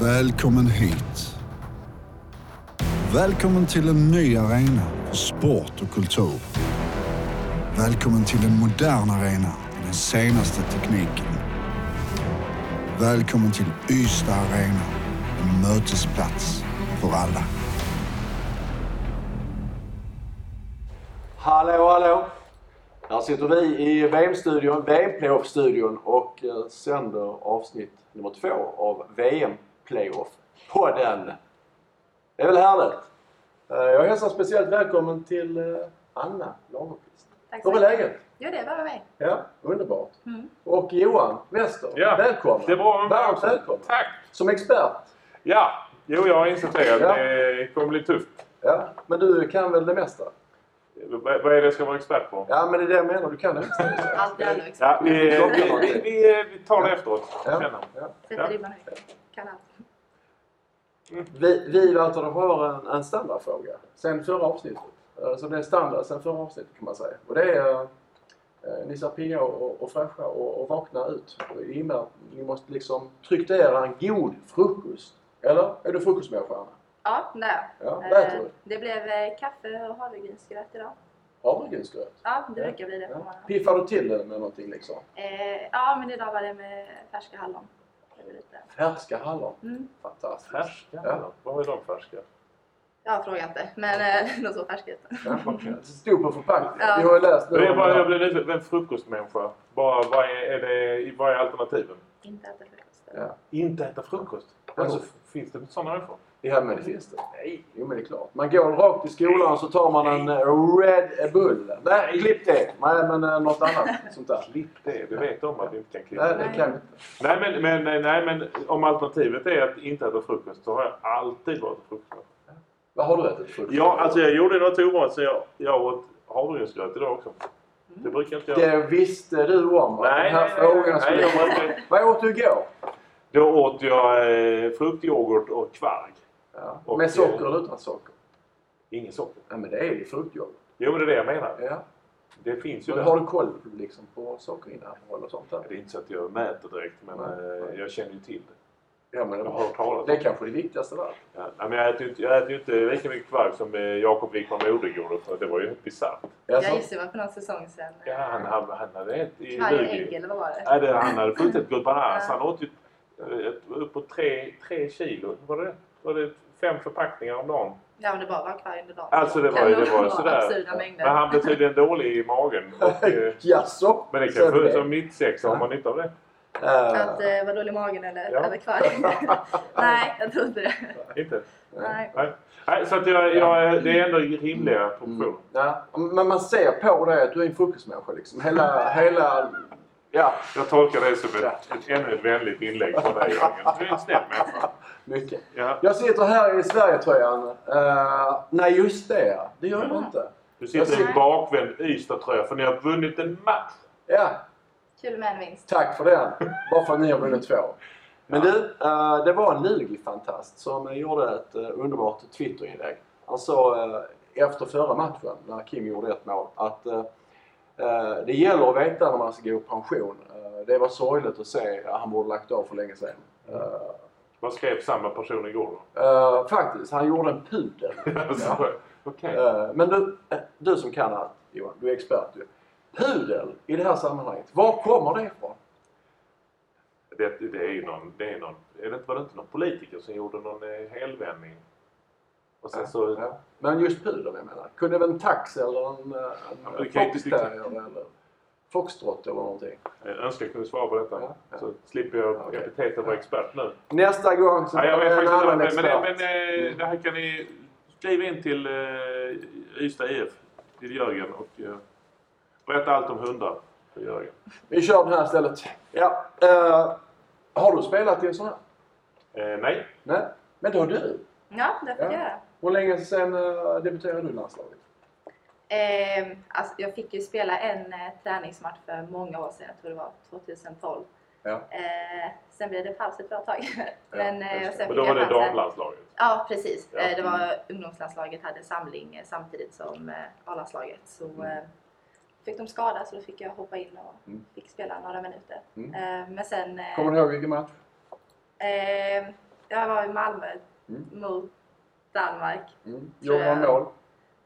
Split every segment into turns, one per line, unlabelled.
Välkommen hit. Välkommen till en ny arena för sport och kultur. Välkommen till en modern arena med den senaste tekniken. Välkommen till Ystad Arena, en mötesplats för alla.
Hallå, hallå! Här sitter vi i VM-studion, VM-playoff-studion och eh, sänder avsnitt nummer två av VM-playoff-podden. Det är väl härligt? Eh, Jag hälsar speciellt välkommen till eh, Anna Lagerqvist.
Tack så
Hur är
mycket.
läget?
Jo, det var med.
Ja, underbart.
Mm.
Och Johan Wester,
Ja,
välkommen!
det var en
Varmt
välkommen.
välkommen!
Tack!
Som expert.
Ja, jo jag har insett det.
Ja.
Det kommer bli tufft.
Ja, men du kan väl det mesta?
V- vad är det jag ska vara expert på?
Ja, men det är det jag menar. Du kan det mesta.
Allt är nog
Ja, vi,
Ja, vi-
vi, vi, eh, vi, vi tar det efteråt.
Ja,
Senare.
ja.
Ja.
Sätter ribban högt. Kan allt.
Vi, vi Walter har en, en standardfråga sen förra avsnittet. Eh, Så det är standard sen förra avsnittet kan man säga. Och det är eh, eh, ni ser pigga och, och fräscha och, och vakna ut. Och Det innebär att ni måste liksom trycktera en god frukost. Eller? Är du frukostmänniska Anna?
Ja, nej.
Ja, vad äter
Eh,
du?
Det blev eh, kaffe och havregrynsgröt idag.
Havregrynsgröt?
Ja, det
Ja.
brukar bli det på
Ja.
morgonen.
Piffar du till det med någonting liksom?
Eh, Ja, men idag var det med färska hallon. Det var lite-
Färska hallon?
Mm.
Fantastiskt.
Färska?
Ja.
Vad är de färska?
Jag frågar inte, men eh, de såg färska ut.
Ja. Det stod på förpackningen.
Ja.
Vi har ju läst nu.
Det är
om
bara,
det här.
jag blir lite en frukostmänniska. Bara, vad, är, är det, vad är alternativen?
Inte äta frukost.
Ja.
Inte äta frukost? Alltså, f- finns det sådana människor?
Ja men det finns det. Nej. Jo men det är klart. Man går rakt till skolan och så tar man en eh, Red Bull. Nej, klipp det! Nej men eh, något annat sånt där.
Klipp det. Vi vet om att vi inte kan klippa.
Nej, det kan vi inte.
Nej, men, men, nej, men om alternativet är att inte äta frukost så har jag alltid varit frukostmänniska.
Vad har du ätit för
Ja, alltså jag gjorde något ovanligt så jag, jag åt havregrynsgröt idag också. Det brukar inte jag...
Det visste du om att den
nej,
här
nej,
frågan
nej, nej, jag
skulle...
brukar...
Vad åt du igår?
Då åt jag eh, fruktyoghurt och kvarg.
Ja.
Och,
Med socker
eh,
eller utan socker?
Ingen socker.
Nej men det är ju fruktjobb.
Jo, men det är det jag menar.
Ja.
Det finns ju
Men
där.
har du koll liksom, på sockerinnehåll och sånt där?
Det är inte så att jag mäter direkt, men
Nej.
eh, jag känner ju till det.
Ja men det
Jag har
var...
hört talas om
Det är
det.
kanske det viktigaste där.
Ja, nej, men jag äter ju inte, jag äter ju inte lika mycket kvarg som eh, Jakob Wickman Odegård för det var ju helt bisarrt.
Jag
Alltså,
gissar det var för någon säsong sedan. eh,
Ja, han, han, han hade ett i
Kvarg och
Lugi.
ägg eller vad var det?
Nej, det, han hade fått ett Good Bananas.
Ja.
Han åt ju eh, uppåt tre, tre kilo. Var det, var det fem förpackningar om dagen?
Ja, om det bara var kvarg under dagen.
Alltså det var ju det var ju sådär.
Absurda mängder.
Men han blev tydligen dålig i magen. Och, eh,
jaså?
men det
Så
kan ju som mittsexa har
Ja.
man nytta av det.
Eh,
Att eh, vara dålig i magen eller
Ja.
över kvarg? Nej, jag tror inte det.
Inte?
Nej.
Nej, så att jag, jag, det är ändå rimliga
Mm.
proportioner.
Ja, men man ser på dig att du är en frukostmänniska liksom. Hela, hela... Ja,
Jag tolkar det som ett, ett ännu ett vänligt inlägg från dig Jörgen. Du är en snäll människa.
mycket.
Ja.
Jag sitter här i Sverigetröjan. Uh, nej, just det ja. Det gör du
Ja.
inte.
Du sitter i en bakvänd Ystadtröja för ni har vunnit en match.
Ja,
Kul med en vinst.
tack för den. Bara för att ni har vunnit två. Men
Ja.
du, eh, det var en Lugi-fantast som gjorde ett eh, underbart Twitterinlägg. Han sa eh, efter förra matchen, när Kim gjorde ett mål, att eh, eh, det gäller att veta när man ska gå i pension. Eh, det var sorgligt att se. Han borde lagt av för länge sedan. Eh,
Vad skrev samma person igår då? Alltså,
Eh, faktiskt, han gjorde en pudel. Ja.
Okej.
Eh, men du, eh, du som kan allt Johan, du är expert ju. Pudel i det här sammanhanget, var kommer det ifrån?
Det, det är ju någon, det är någon, är det, inte- var det inte någon politiker som gjorde någon eh, helvändning? Och sen Alltså, så...
Ja. Men just pudel jag menar. Kunde väl en tax eller en, eh,
Ja, men
en
det kan ju inte-
foxterrier eller foxtrot eller någonting.
Jag eh, önskar jag kunde svara på detta.
Ja, ja.
Så slipper jag
Okej.
epitetet vara expert nu.
Nästa gång så
Nej, jag
tar
vet
vi
faktiskt inte
annan
vad det men, det,
expert. Mm.
men eh, det här kan ni skriva in till eh, Ystad IF, till Jörgen och eh, berätta allt om hundar för Jörgen.
Vi kör den här istället. Ja. eh, har du spelat i en sån här?
Eh, nej,
Nej. Men det har du.
Ja, det får
Ja.
jag göra.
Hur länge sedan eh, debuterade du i landslaget?
Eh, alltså, jag fick ju spela en eh, träningsmatch för många år sedan, jag tror det var 2012.
Ja.
Eh, sen blev det paus ett bra tag. Men, eh,
just det.
sen fick
men då var
jag
det
chansen.
damlandslaget.
Ja, precis.
Ja.
Eh, det var ungdomslandslaget hade samling eh, samtidigt som eh, A-landslaget. Så eh, fick de skada så då fick jag hoppa in och
Mm.
fick spela några minuter.
Mm.
Eh, men sen... eh,
Kommer du ihåg vilken match?
Eh, Jag var i Malmö
Mm.
mot Danmark.
Mm.
Tror
Gjorde han
jag.
mål?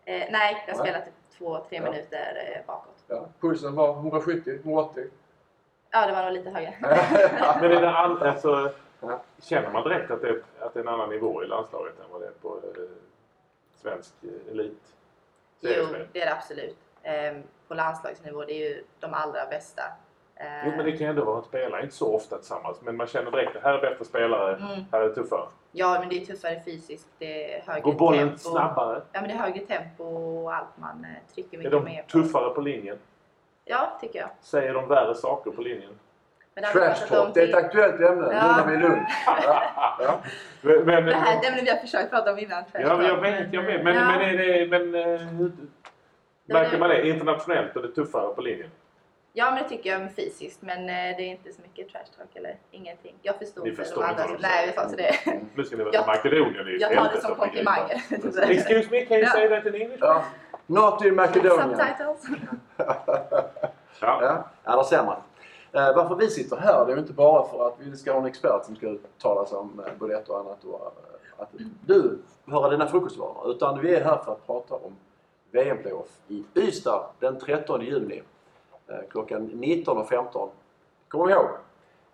Eh, nej, jag
Nej.
spelade typ två, tre
Ja.
minuter eh, bakåt.
Ja. Pulsen var 170, 180.
Ja, det var nog lite högre.
Men är det all, alltså,
Ja.
känner man direkt att det, är, att det är en annan nivå i landslaget än vad det är på eh, svensk eh, elit?
Jo, det är det absolut. Ehm, på landslagsnivå, det är ju de allra bästa. Ehm,
Jo, men det kan ju ändå vara att spela inte så ofta tillsammans. Men man känner direkt att här är bättre spelare,
mm.
här är tuffare.
Ja, men det är tuffare fysiskt. Det är högre
Går bollen
tempo.
snabbare?
Ja, men det är högre tempo och allt. Man eh, trycker
Är
mycket
de
mer. på.
tuffare på linjen?
Ja, tycker jag.
Säger de värre saker på linjen?
Men det hade varit
Trash
att
talk,
de
det är ett
till-
aktuellt ämne nu
Ja.
när vi är i Lund. Ja.
Men, men,
Det här är ett ämne vi har försökt prata om innan. trash
ja, men jag
talk,
vet, jag vet. Men,
ja.
men, är det, men eh, märker man det internationellt och det är tuffare på linjen?
Ja, men det tycker jag men fysiskt. Men eh, det är inte så mycket trash talk eller ingenting. Jag förstod
Ni
inte
förstår
de
inte
andra.
vad de
Nej,
säger.
vi sa så det.
Nu ska ni veta
Jag-
Makedonien är ju
Jag
ett
tar det
helvete
som
för begrepa.
komplimanger.
Excuse me, can you
Ja.
say that in English?
Ja. Not in Makedonien.
Subtitles.
Ja.
Ja, ja där ser man. Eh, varför vi sitter här det är ju inte bara för att vi ska ha en expert som ska uttala sig om eh, både ett och annat och eh, att du höra dina frukostvanor. Utan vi är här för att prata om VM-playoff i Ystad den 13 juni eh, klockan 19.15. Kom ihåg!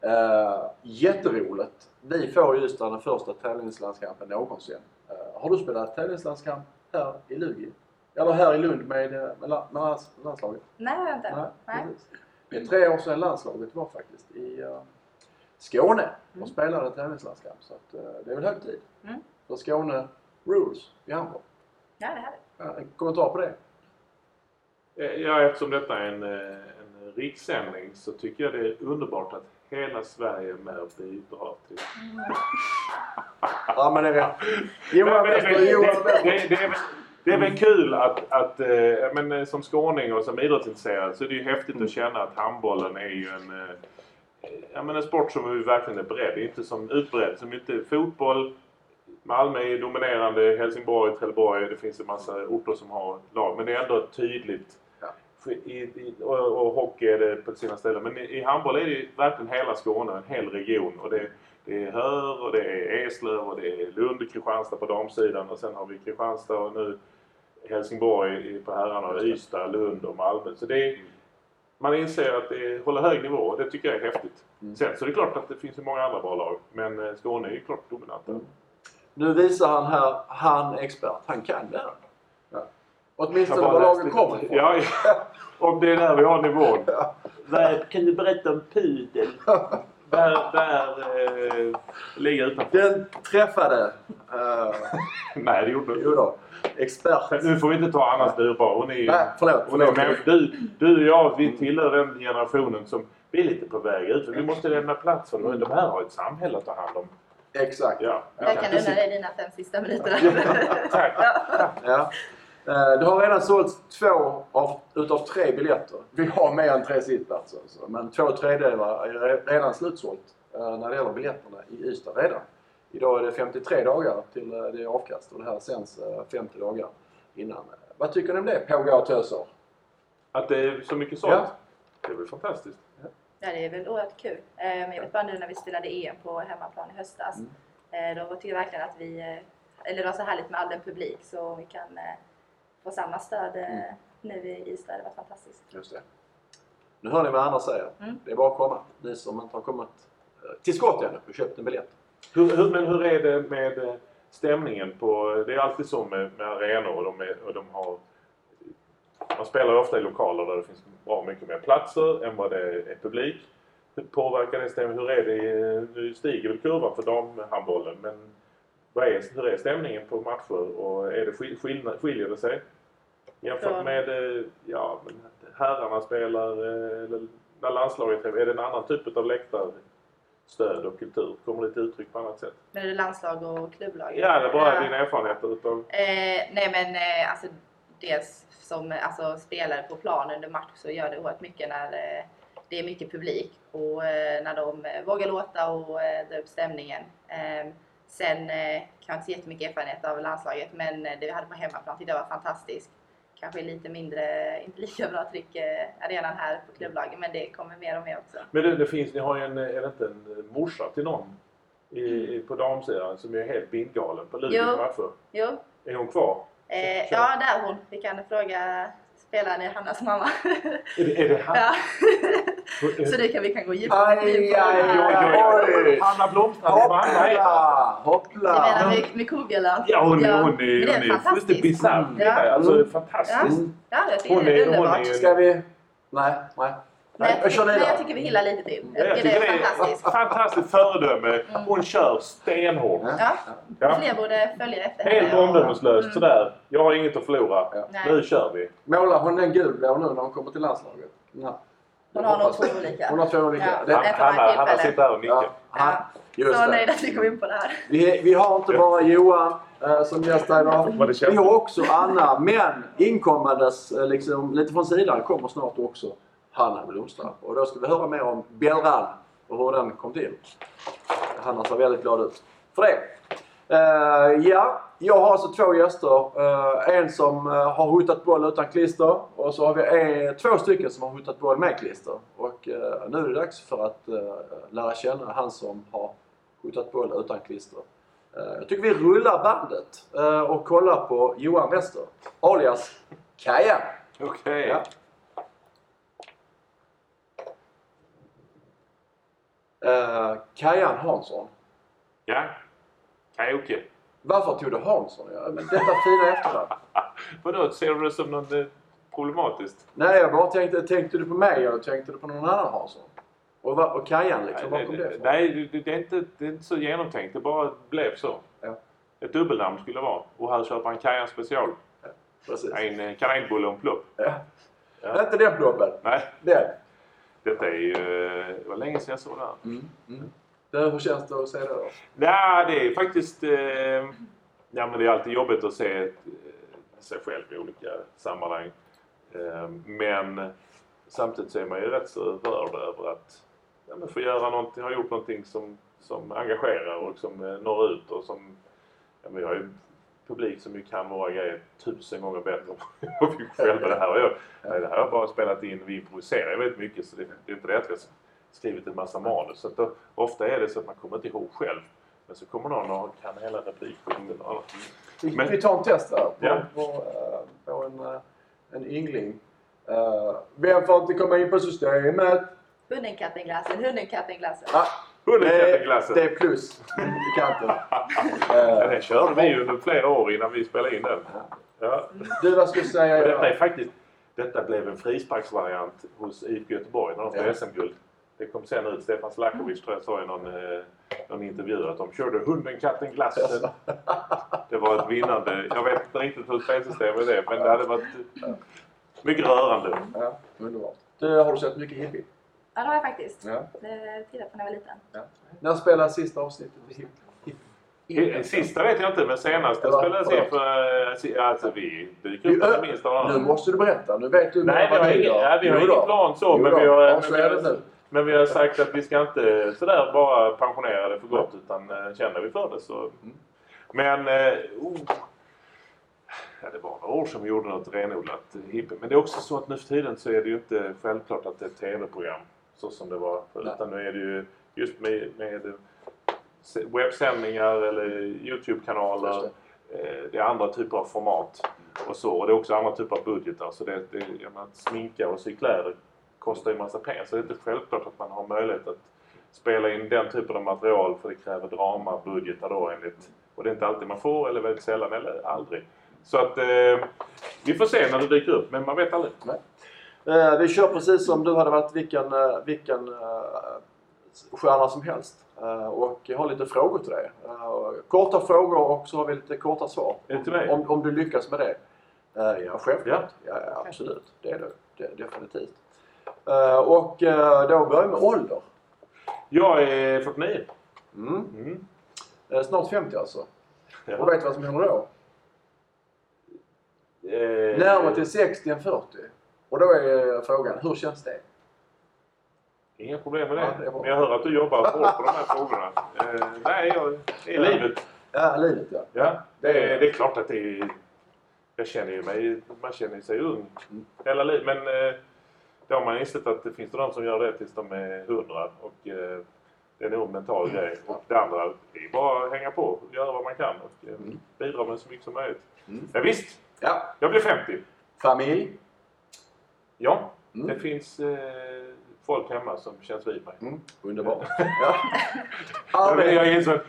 Eh, jätteroligt! Vi får i Ystad den första tävlingslandskampen någonsin. Eh, har du spelat tävlingslandskamp här i Lugi? Eller här i Lund med, eh, med, la- med lands- landslaget?
Nej, vänta.
Nej,
Nej.
precis. Det är tre år sedan landslaget var faktiskt i eh, Skåne och
Mm.
spelade en tävlingslandskamp. Så att, eh, det är väl hög tid
Mm.
för Skåne rules i handboll.
Ja, det här är
Ja, en kommentar på det?
Eh, ja, eftersom detta är en, eh, en rikssändning så tycker jag det är underbart att hela Sverige är med och bidrar till
Ja, men det är rätt.
Nej,
Johan
men det är
Wester,
väl-
Johan
det-
Wester.
det- det är väl- Det är väl kul att, att eh, ja, men, eh, som skåning och som idrottsintresserad så är det ju häftigt att känna att handbollen är ju en, eh, ja, men en sport som vi verkligen är beredd. Det är inte som utbredd. Som inte fotboll. Malmö är dominerande. Helsingborg, Trelleborg. Det finns en massa orter som har lag. Men det är ändå ett tydligt.
Ja.
I, i, och, och hockey är det på sina ställen. Men i, i handboll är det ju verkligen hela Skåne, en hel region. Och det, det är Höör och det är Eslöv och det är Lund, Kristianstad på damsidan och sen har vi Kristianstad och nu Helsingborg i- på herrarna och Ystad, Lund och Malmö. Så det är, man inser att det är, håller hög nivå och det tycker jag är häftigt.
Mm.
Sen så är det klart att det finns ju många andra bra lag men eh, Skåne är ju klart dominanta.
Mm. Nu visar han här, han är expert. Han kan det här. Ja. Åtminstone
Jag bara
var lagen
läste lite.
kommer ifrån.
Ja, ja. om det är där vi har nivån.
Vad kan du berätta om pudel?
Där, där eh, ligger utanför.
Den träffade, uh,
Nej, det gjorde
jo
du
då, expert.
Nu får vi inte ta Annas dyrbara. Hon är ju...
Nej, förlåt.
Och det,
förlåt.
men du, du och jag, vi tillhör den generationen som vi är lite på väg ut. för Vi måste lämna plats för dem. De här har ett samhälle att ta hand om.
Exakt.
Ja,
Jag kan unna dig dina fem sista minuter.
tack.
Ja. Eh, Det har redan sålts två av, utav tre biljetter. Vi har mer än tre sittplatser. alltså. Men två tredjedelar är re- redan slutsålt eh, när det gäller biljetterna i Ystad redan. Idag är det 53 dagar till eh, det är avkast och det här sänds eh, 50 dagar innan. Eh, Vad tycker ni om det pågar och töser?
Att det är så mycket sånt.
Ja.
Det är väl fantastiskt.
Ja, det är väl oerhört kul. Eh, Men jag vet bara nu när vi spelade EM på hemmaplan i höstas.
Mm.
eh, Då tycker jag verkligen att vi, eh, eller det var så härligt med all den publik så vi kan eh, få samma stöd eh,
Mm.
nu i Ystad. Det var fantastiskt.
Just det. Nu hör ni vad Anna säger.
Mm.
Det är bara att komma. Ni som inte har kommit eh, till skott ännu och köpt en biljett.
Hur, hur, men hur är det med eh, stämningen på... Det är alltid så med, med arenor och de, är, och de har... Man spelar ju ofta i lokaler där det finns bra mycket mer platser än vad det är publik. Hur påverkar det stämningen? Hur är det? i- Nu stiger väl kurvan för damhandbollen men vad är, hur är stämningen på matcher och är det skill, skillnad, skiljer det sig? Jämfört
Från-
med eh, ja, men herrarna spelar eh, eller när landslaget är är det en annan typ av läktarstöd och kultur? Kommer det till uttryck på annat sätt?
Men är det landslag och klubblag?
Ja, det är bara dina erfarenheter utav...
Eh, nej men eh, alltså, dels som eh, alltså, spelare på plan under match så gör det oerhört mycket när eh, det är mycket publik och eh, när de eh, vågar låta och eh, dra upp stämningen. Eh, sen eh, kan jag inte så jättemycket erfarenhet av landslaget men eh, det vi hade på hemmaplan tyckte jag var fantastiskt. Kanske lite mindre, inte lika bra tryck eh, arenan här på klubblagen men det kommer mer och mer också.
Men det, det finns, ni har ju en, är det inte en morsa eh, till någon i, i, på damsidan som ju är helt bindgalen på
Jo.
Luleås matcher.
Jo,
Är hon kvar?
eh,
Kör.
ja där är hon. Vi kan fråga spelaren i Hannas mamma.
Är det, är det han?
ja.
Är-
Så det kan vi kan gå djupare
Aj,
in på.
aj,
det
Oj,
här.
oj, oj.
Oj.
Hanna blomstrar på Hanna är
Hoppla!
Du menar
Hoppla!
med, med kogullan?
Ja, hon är, hon
men det
är,
är
hon är fullständigt
fantastiskt.
bisarr.
Ja.
Alltså
Mm.
fantastiskt.
Ja, det
Hon
är,
är-
det är
hon är
underbart.
ju-
Ska vi... Nej, nej.
Nej, jag
jag
tycker,
kör
nej, jag
vidare.
tycker vi hyllar lite till.
Ja,
Jag tycker det är fantastiskt. Mm.
fantastiskt föredöme. Hon kör stenhårt.
Ja,
Ja.
fler borde följa efter
Helt
och-
omdömeslöst
Mm.
sådär. Jag har inget att förlora.
Ja.
Nej.
Nu kör vi.
Målar hon den gulblå nu när hon kommer till landslaget? Nej.
Hon har nog
Hoppas-
två olika.
Hon har två olika.
Ja.
Det,
Nej, för varje
Hanna, Hanna
tillfälle.
sitter här och nickar.
ja.
Ja.
Just
Så
det.
nöjd att vi kom in på det här.
Vi, vi har inte bara Johan eh, som gäst här
Vad
idag.
det känns.
Vi har också Anna. Men inkommandes eh, liksom, lite från sidan kommer snart också Hanna Blomstrand. Och då ska vi höra mer om Bjällran och hur den kom till. Hanna ser väldigt glad ut för det. Eh, ja, jag har alltså två gäster. Eh, en som eh, har hotat boll utan klister och så har vi eh, två stycken som har hotat boll med klister. Och eh, nu är det dags för att eh, lära känna han som har hotat boll utan klister. Eh, jag tycker vi rullar bandet eh, och kollar på Johan Wester, alias Kajan.
Okej.
Ja. Eh, Kajan Hansson.
Ja. Kajoke.
Varför tog du Hansson? Ja, men detta fina efternamn.
Vadå, ser du det som något eh, problematiskt?
Nej, jag bara tänkte, tänkte du på mig eller tänkte du på någon annan Hansson? Och, va- och Kajan liksom, var
Nej,
kom det
det,
ifrån?
nej, det, det, är inte, det är inte så genomtänkt. Det bara blev så.
Ja.
Ett dubbelnamn skulle det vara. Och här köper han Kajan special.
Precis.
En eh, kanelbulle och en plopp.
Ja.
Ja.
Inte den plobben.
Nej,
Den.
detta är ju... eh, Det var länge sedan jag såg det här.
Det, hur känns det att se det då?
Nej, det är faktiskt... Eh, ja, men det är alltid jobbigt att se eh, sig själv i olika sammanhang. Eh, men samtidigt så är man ju rätt så rörd över att ja, men få göra någonting, ha gjort någonting som, som engagerar och som eh, når ut och som... Ja, men jag har ju publik som ju kan våra grejer tusen gånger bättre än vad vi själva. Det här har jag, nej, det här har jag bara spelat in, vi improviserar väldigt mycket så det, det är inte det att vi har skrivit en massa manus. Så att då, ofta är det så att man kommer inte ihåg själv. Men så kommer någon och kan hela repliken.
Mm.
eller annat.
Vi,
Men-
vi tar en test där på,
Ja.
på, eh, på en, eh, en yngling. Uh, vem får inte komma in på systemet?
Hunden, katten, glassen. Hunden, katten, glassen.
Ah,
Hunden
det-
katten glassen.
Det är plus i kanten.
Ja,
Eh,
den körde vi ju under flera år innan vi spelade in den. Ja.
du, vad skulle du säga?
Och detta är
Göran?
faktiskt, detta blev en frisparksvariant hos IFK Göteborg när de
Ja.
spelade SM-guld. Det kom sen ut, Stefan Slakovic tror jag sa i någon, eh, någon intervju att de körde hunden, katten, glassen. Det var ett vinnande, jag vet inte riktigt hur spelsystemet är men det hade varit mycket rörande.
Ja, underbart. Du, har du sett mycket hippie?
Ja, det har jag faktiskt.
Ja.
Det tittade på när jag var liten.
ja. När spelades sista avsnittet i hippie?
I- Sista vet jag inte men senast det
Ja,
spelades in för, eh, si- alltså vi dyker upp på det minsta av
Nu
det.
måste du berätta. Nu vet du
Nej, vi har ingen, nej, vi har
Jo då.
ingen plan så.
Jo
Men
då.
vi, har, men, vi
Avslöja det
har,
nu.
men vi har sagt att vi ska inte sådär bara pensionera det för gott. Utan eh, känner vi för det så.
Mm.
Men... eh, Oh, ja, det var några år som vi gjorde något renodlat hippie. Men det är också så att nu för tiden så är det ju inte självklart att det är ett tv-program. Så som det var förr.
Nej.
Utan nu är det ju just med, med eh, se- webbsändningar eller
Just
Youtube-kanaler.
det.
Eh, Det är andra typer av format och så. Och det är också andra typer av budgetar. Så det, det, jag menar, att sminka och sy kläder kostar ju massa pengar. Så det är inte självklart att man har möjlighet att spela in den typen av material för det kräver drama, budgetar då enligt... Och det är inte alltid man får eller väldigt sällan eller aldrig. Så att eh, vi får se när det dyker upp men man vet aldrig.
Eh, vi kör precis som du hade varit vilken, eh, vilken eh, stjärna som helst. Eh, och jag har lite frågor till dig. Eh, korta frågor och så har vi lite korta svar.
Är det till mig?
Om, om du lyckas med det. Eh, ja, självklart. Ja. ja, absolut. Det är du. Det, definitivt. Eh, och eh, då börjar vi med ålder.
Jag är 49.
Mm.
Mm.
Eh, snart 50 alltså.
Ja.
Och vet du vad som händer då?
Eh,
Närmare till 60 än 40. Och då är eh, frågan, hur känns det?
Inga problem med det.
Ja, det är bra.
men jag hör att du jobbar hårt på de här frågorna. Eh, nej, jag, det är livet.
Ja, livet ja.
Ja, det är, det är klart att det är... Jag känner ju mig... Man känner sig ung hela livet. Men eh, då har man insett att det finns de som gör det tills de är hundra. Och eh, Det är nog en mental
Mm.
grej. Och det andra är bara att hänga på, göra vad man kan och eh, bidra med så mycket som möjligt.
Mm.
Ja, visst,
Ja.
jag blir 50.
Familj.
Ja,
Mm.
det finns eh, folk hemma som känns vid mig.
Mm. Underbart. Ja. Ja,
Jag,
men-
men jag är, så att,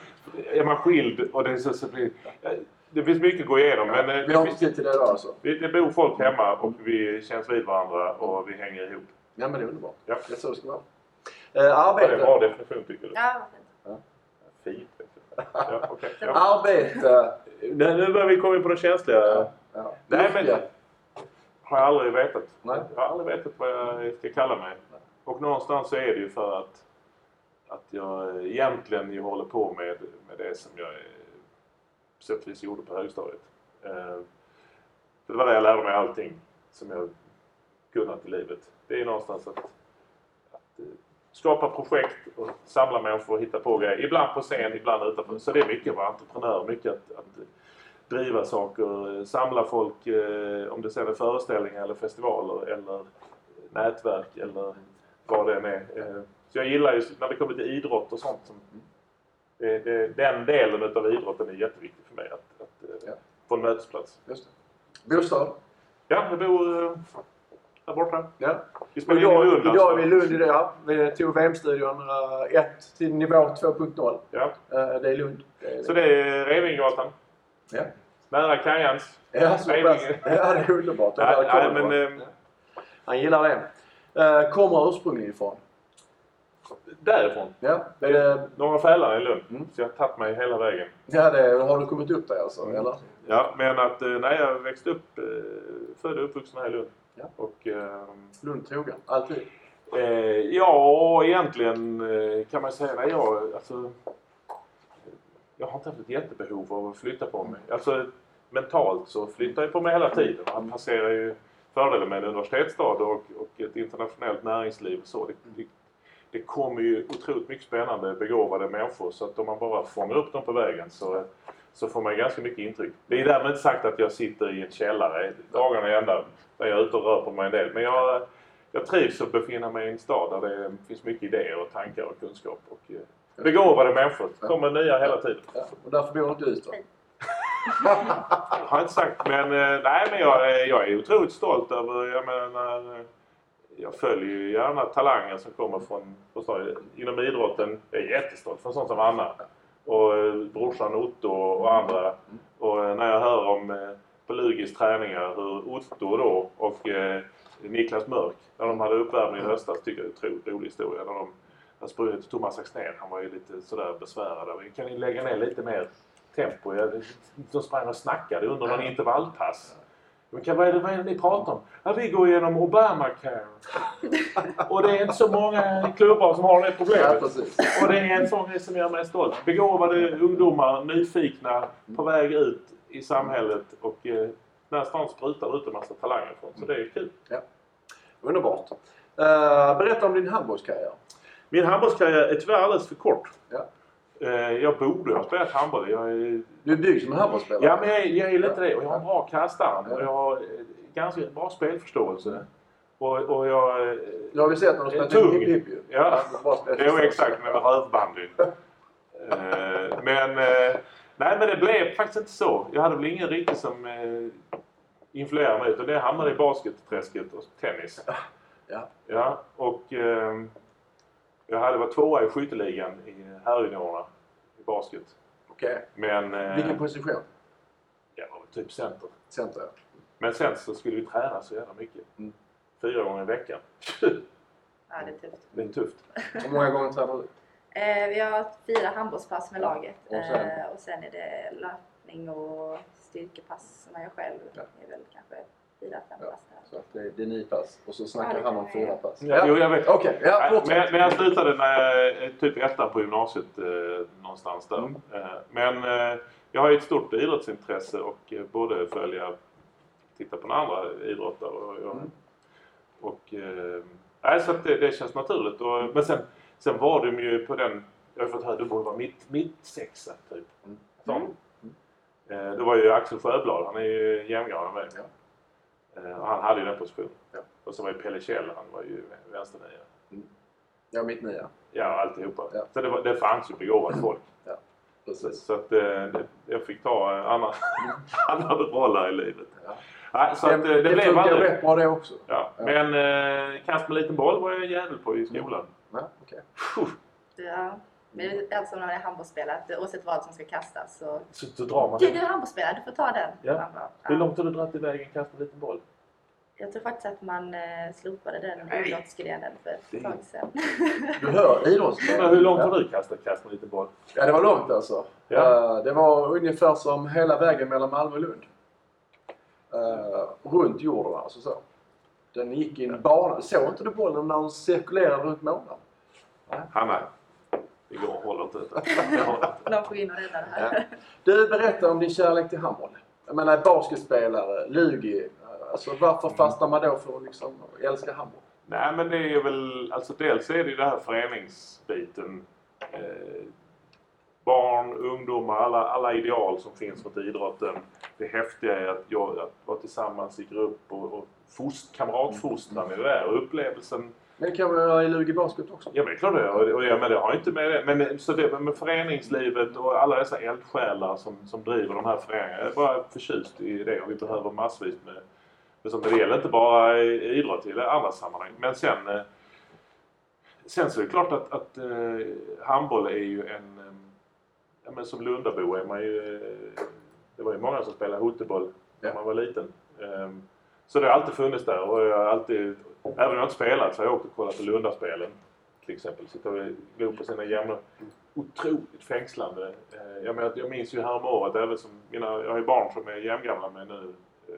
är man skild och det är så, så blir, eh, Det finns mycket att gå igenom men
Vi
eh,
har
det,
inte
finns,
tid till det idag alltså.
vi- det bor folk hemma och vi känns vid varandra och vi hänger ihop.
Ja, men det är underbart.
Ja.
Det är så det ska vara. Eh,
Var det en
arbete.
bra definition tycker du?
Ja, vad fint.
Fint. vet du. Ja, okay. ja.
Arbete.
Nu nu börjar vi komma in på det känsliga.
Ja.
Nej, men-
Verkligen.
Har jag aldrig vetat.
Nej.
Jag har aldrig vetat vad jag ska kalla mig. Och någonstans så är det ju för att, att jag egentligen ju håller på med, med det som jag eh, på sätt och vis gjorde på högstadiet. Eh, Det var där jag lärde mig allting som jag kunnat i livet. Det är någonstans att, att eh, skapa projekt och samla människor och hitta på grejer. Ibland på scen, ibland utanför. Så det är mycket att vara entreprenör, mycket att, att driva saker, eh, samla folk eh, om det sen är föreställningar eller festivaler eller nätverk eller vad det än är. Eh, Så jag gillar ju när det kommer till idrott och sånt. Som, det, det, den delen utav idrotten är jätteviktig för mig att, att eh,
Ja.
få en mötesplats.
Just det. Bostad.
Ja, jag bor eh, där borta.
Ja.
Vi spelar in i
Idag,
Lund. alltså.
idag är vi i Lund i det här. Vi tog VM-studion 1 till nivå 2.0.
Ja.
Eh, Det är Lund. Det är-
Så det är Revingegatan.
Ja.
Nära Kajans.
Ja, så pass.
Revinge.
ja, det är underbart. Det är där
Nej,
det
nej,
kommer
men,
ifrån.
ehm,
Han gillar det. Eh, Kommer ursprungligen ifrån.
därifrån.
Ja, det är,
Norra Fälaren i Lund.
Mm.
Så jag har tagit mig hela vägen.
ja det är, har du kommit upp där alltså?
Mm.
Eller?
Ja, men att eh, nej, jag växte upp, eh, född och uppvuxen här i Lund.
Ja.
Och, ehm,
Lund trogen, alltid.
eh, ja, egentligen eh, kan man säga, nej, jag, alltså, jag har inte haft ett jättebehov av att flytta på mig. Alltså, mentalt så flyttar jag på mig hela tiden. Man passerar ju fördelen med en universitetsstad och, och ett internationellt näringsliv. och Så det, det, det kommer ju otroligt mycket spännande begåvade människor så att om man bara fångar upp dem på vägen så, så får man ganska mycket intryck. Det är därmed inte sagt att jag sitter i en källare dagarna i ända där jag är ute och rör på mig en del. Men jag, jag trivs att befinna mig i en stad där det finns mycket idéer och tankar och kunskap. Och, eh, begåvade människor. Det kommer nya hela tiden.
Ja. Och därför bor inte du ut då?
Jag har inte sagt, men, eh, nej, men jag, är- jag är otroligt stolt över... Jag, menar, eh, jag följer ju gärna talanger som kommer från... Vad sa jag, inom idrotten. Jag är jättestolt för sånt som Anna och eh, brorsan Otto och andra. Och eh, när jag hör om eh, på Lugis träningar hur Otto då och eh, Niklas Mörk, när de hade uppvärmning i höstas, tycker jag är en otroligt rolig historia. När de hade sprungit till Thomas Axnér, han var ju lite sådär besvärad. Men Kan ni lägga ner lite mer tempo? Jag, de sprang och snackade under någon intervallpass. Men kan, vad, är det, vad är det ni pratar om? Ja, vi går igenom Obamacare. Och det är inte så många klubbar som har det
Ja,
problemet.
precis.
Och det är en sån grej som gör mig stolt. Begåvade ungdomar, nyfikna, på väg ut i samhället och eh, den här stan sprutar ut en massa talanger från. Så det är kul.
Underbart. Eh, berätta om din handbollskarriär.
Min handbollskarriär är tyvärr alldeles för kort.
Ja.
Eh, Jag borde ha spelat handboll. Jag är,
Du är byggd som en handbollsspelare.
ja, men jag, är- jag är lite det. Och jag har en bra kastarm och jag har eh, ganska bra spelförståelse. Och, och jag... eh,
Det har vi sett när de
Är
spelat
tung.
hip hip ju.
Ja.
Bara spelat-
Jo, exakt. Med rövbandyn. Eh, men, eh, nej, men det blev faktiskt inte så. Jag hade väl ingen riktigt som eh, influerade mig. Utan det hamnade i basketträsket och tennis.
Ja.
ja och eh, jag hade varit tvåa i skytteligan i herrjuniorerna i basket.
Okej.
Men eh,
Vilken position?
jag var väl typ center.
Center.
Men sen så skulle vi träna så jävla mycket.
Mm.
Fyra gånger i veckan.
Ja, det är tufft.
Det är tufft.
Hur många gånger tränar du?
Eh, vi har fyra handbollspass med laget
Och sen?
Eh, och sen är det löpning och styrkepass som jag gör själv.
Ja.
Det är väl kanske fyra, fem
Ja.
pass där.
Så att det, är- det är nio pass och så snackar
Ja,
han om
det kan jag
fyra
göra.
pass.
Jo, jag vet.
Okej, ja,
Nej,
fortsätt.
men, men jag slutade när jag eh, typ etta på gymnasiet eh, någonstans där.
Mm.
Eh, men eh, jag har ju ett stort idrottsintresse och eh, både följa, titta på några andra idrottare och, och,
Mm.
och eh, nej, så att det, det känns naturligt. Och, men sen, sen var de ju på den, jag har fått höra, du borde vara mitt, mitt sexa typ.
Mm.
Sån. Eh, det var ju Axel Sjöblad, han är ju jämngammal med mig.
Ja.
Eh, och han hade ju den positionen.
Ja.
Och så var ju Pelle Kjell, han var ju vänsternia.
Ja, mitt nya.
Ja, alltihopa.
Ja.
Så det, var, det fanns ju begåvat folk. Så,
Precis.
så att, eh, det- jag fick ta en annan, annan roll här i livet.
Ja.
Nej, så att, eh, det,
det
blev
funkar
aldrig...
rätt bra det också.
Ja.
Ja.
Men eh, kast med liten boll var jag en jävel på i skolan.
Ja, okej.
Ja. Men det är allt som när man är handbollsspelare, att oavsett vad som ska kastas så...
Så, så drar man
Du, du är handbollsspelare, du får ta den.
Ja.
Man bara,
Hur
ja.
långt har du dragit iväg en kast med liten boll?
Jag tror faktiskt att man eh, slopade den
Nej.
idrottsgrenen för
Det är-
ett tag sedan.
Du hör
Men hur
idrottsgrejen.
långt
Ja.
har du kastat kast med liten boll?
Ja, det var långt alltså.
Ja.
Eh, Det var ungefär som hela vägen mellan Malmö och Lund. Eh, Runt jorden alltså så. Den gick i en bana. Såg inte du bollen när den cirkulerade runt månen?
Hanna, det går håller inte. Det håller inte.
Någon får gå in och rädda det här.
Du, berättar om din kärlek till handboll. Jag menar basketspelare, lugi. Eh, Alltså varför
Mm.
fastnar man då för att liksom älska handboll?
Nej, men det är väl... Alltså dels är det ju det här föreningsbiten. Eh, barn, ungdomar, alla, alla ideal som finns runt idrotten. Det häftiga är att, jag, att vara tillsammans i grupp och, och fost, kamratfostran i det där. Och upplevelsen.
Men det kan man göra i lugi basket också.
Ja, men det är klart det är. Och, det- och jag, men det har ju inte med det. Men så det med föreningslivet och alla dessa eldsjälar som, som driver de här föreningarna. Jag är bara förtjust i det och vi behöver massvis med... med sånt. Men det gäller inte bara i- i idrott, det gäller i andra sammanhang. Men sen... eh, Sen så är det klart att, att eh, handboll är ju en... eh, Ja, men som Lundabo är man ju... eh, Det var ju många som spelade fotboll när
Ja.
man var liten. Ehm, Så det har alltid funnits där och jag har alltid... Även om jag inte spelat så har jag åkt och kollat på Lundaspelen. Till exempel. Sitta och glo på sina gamla... Otroligt fängslande. Eh, Jag, menar, jag minns ju häromåret även som... Mina, jag har ju barn som är jämngamla med nu. Eh,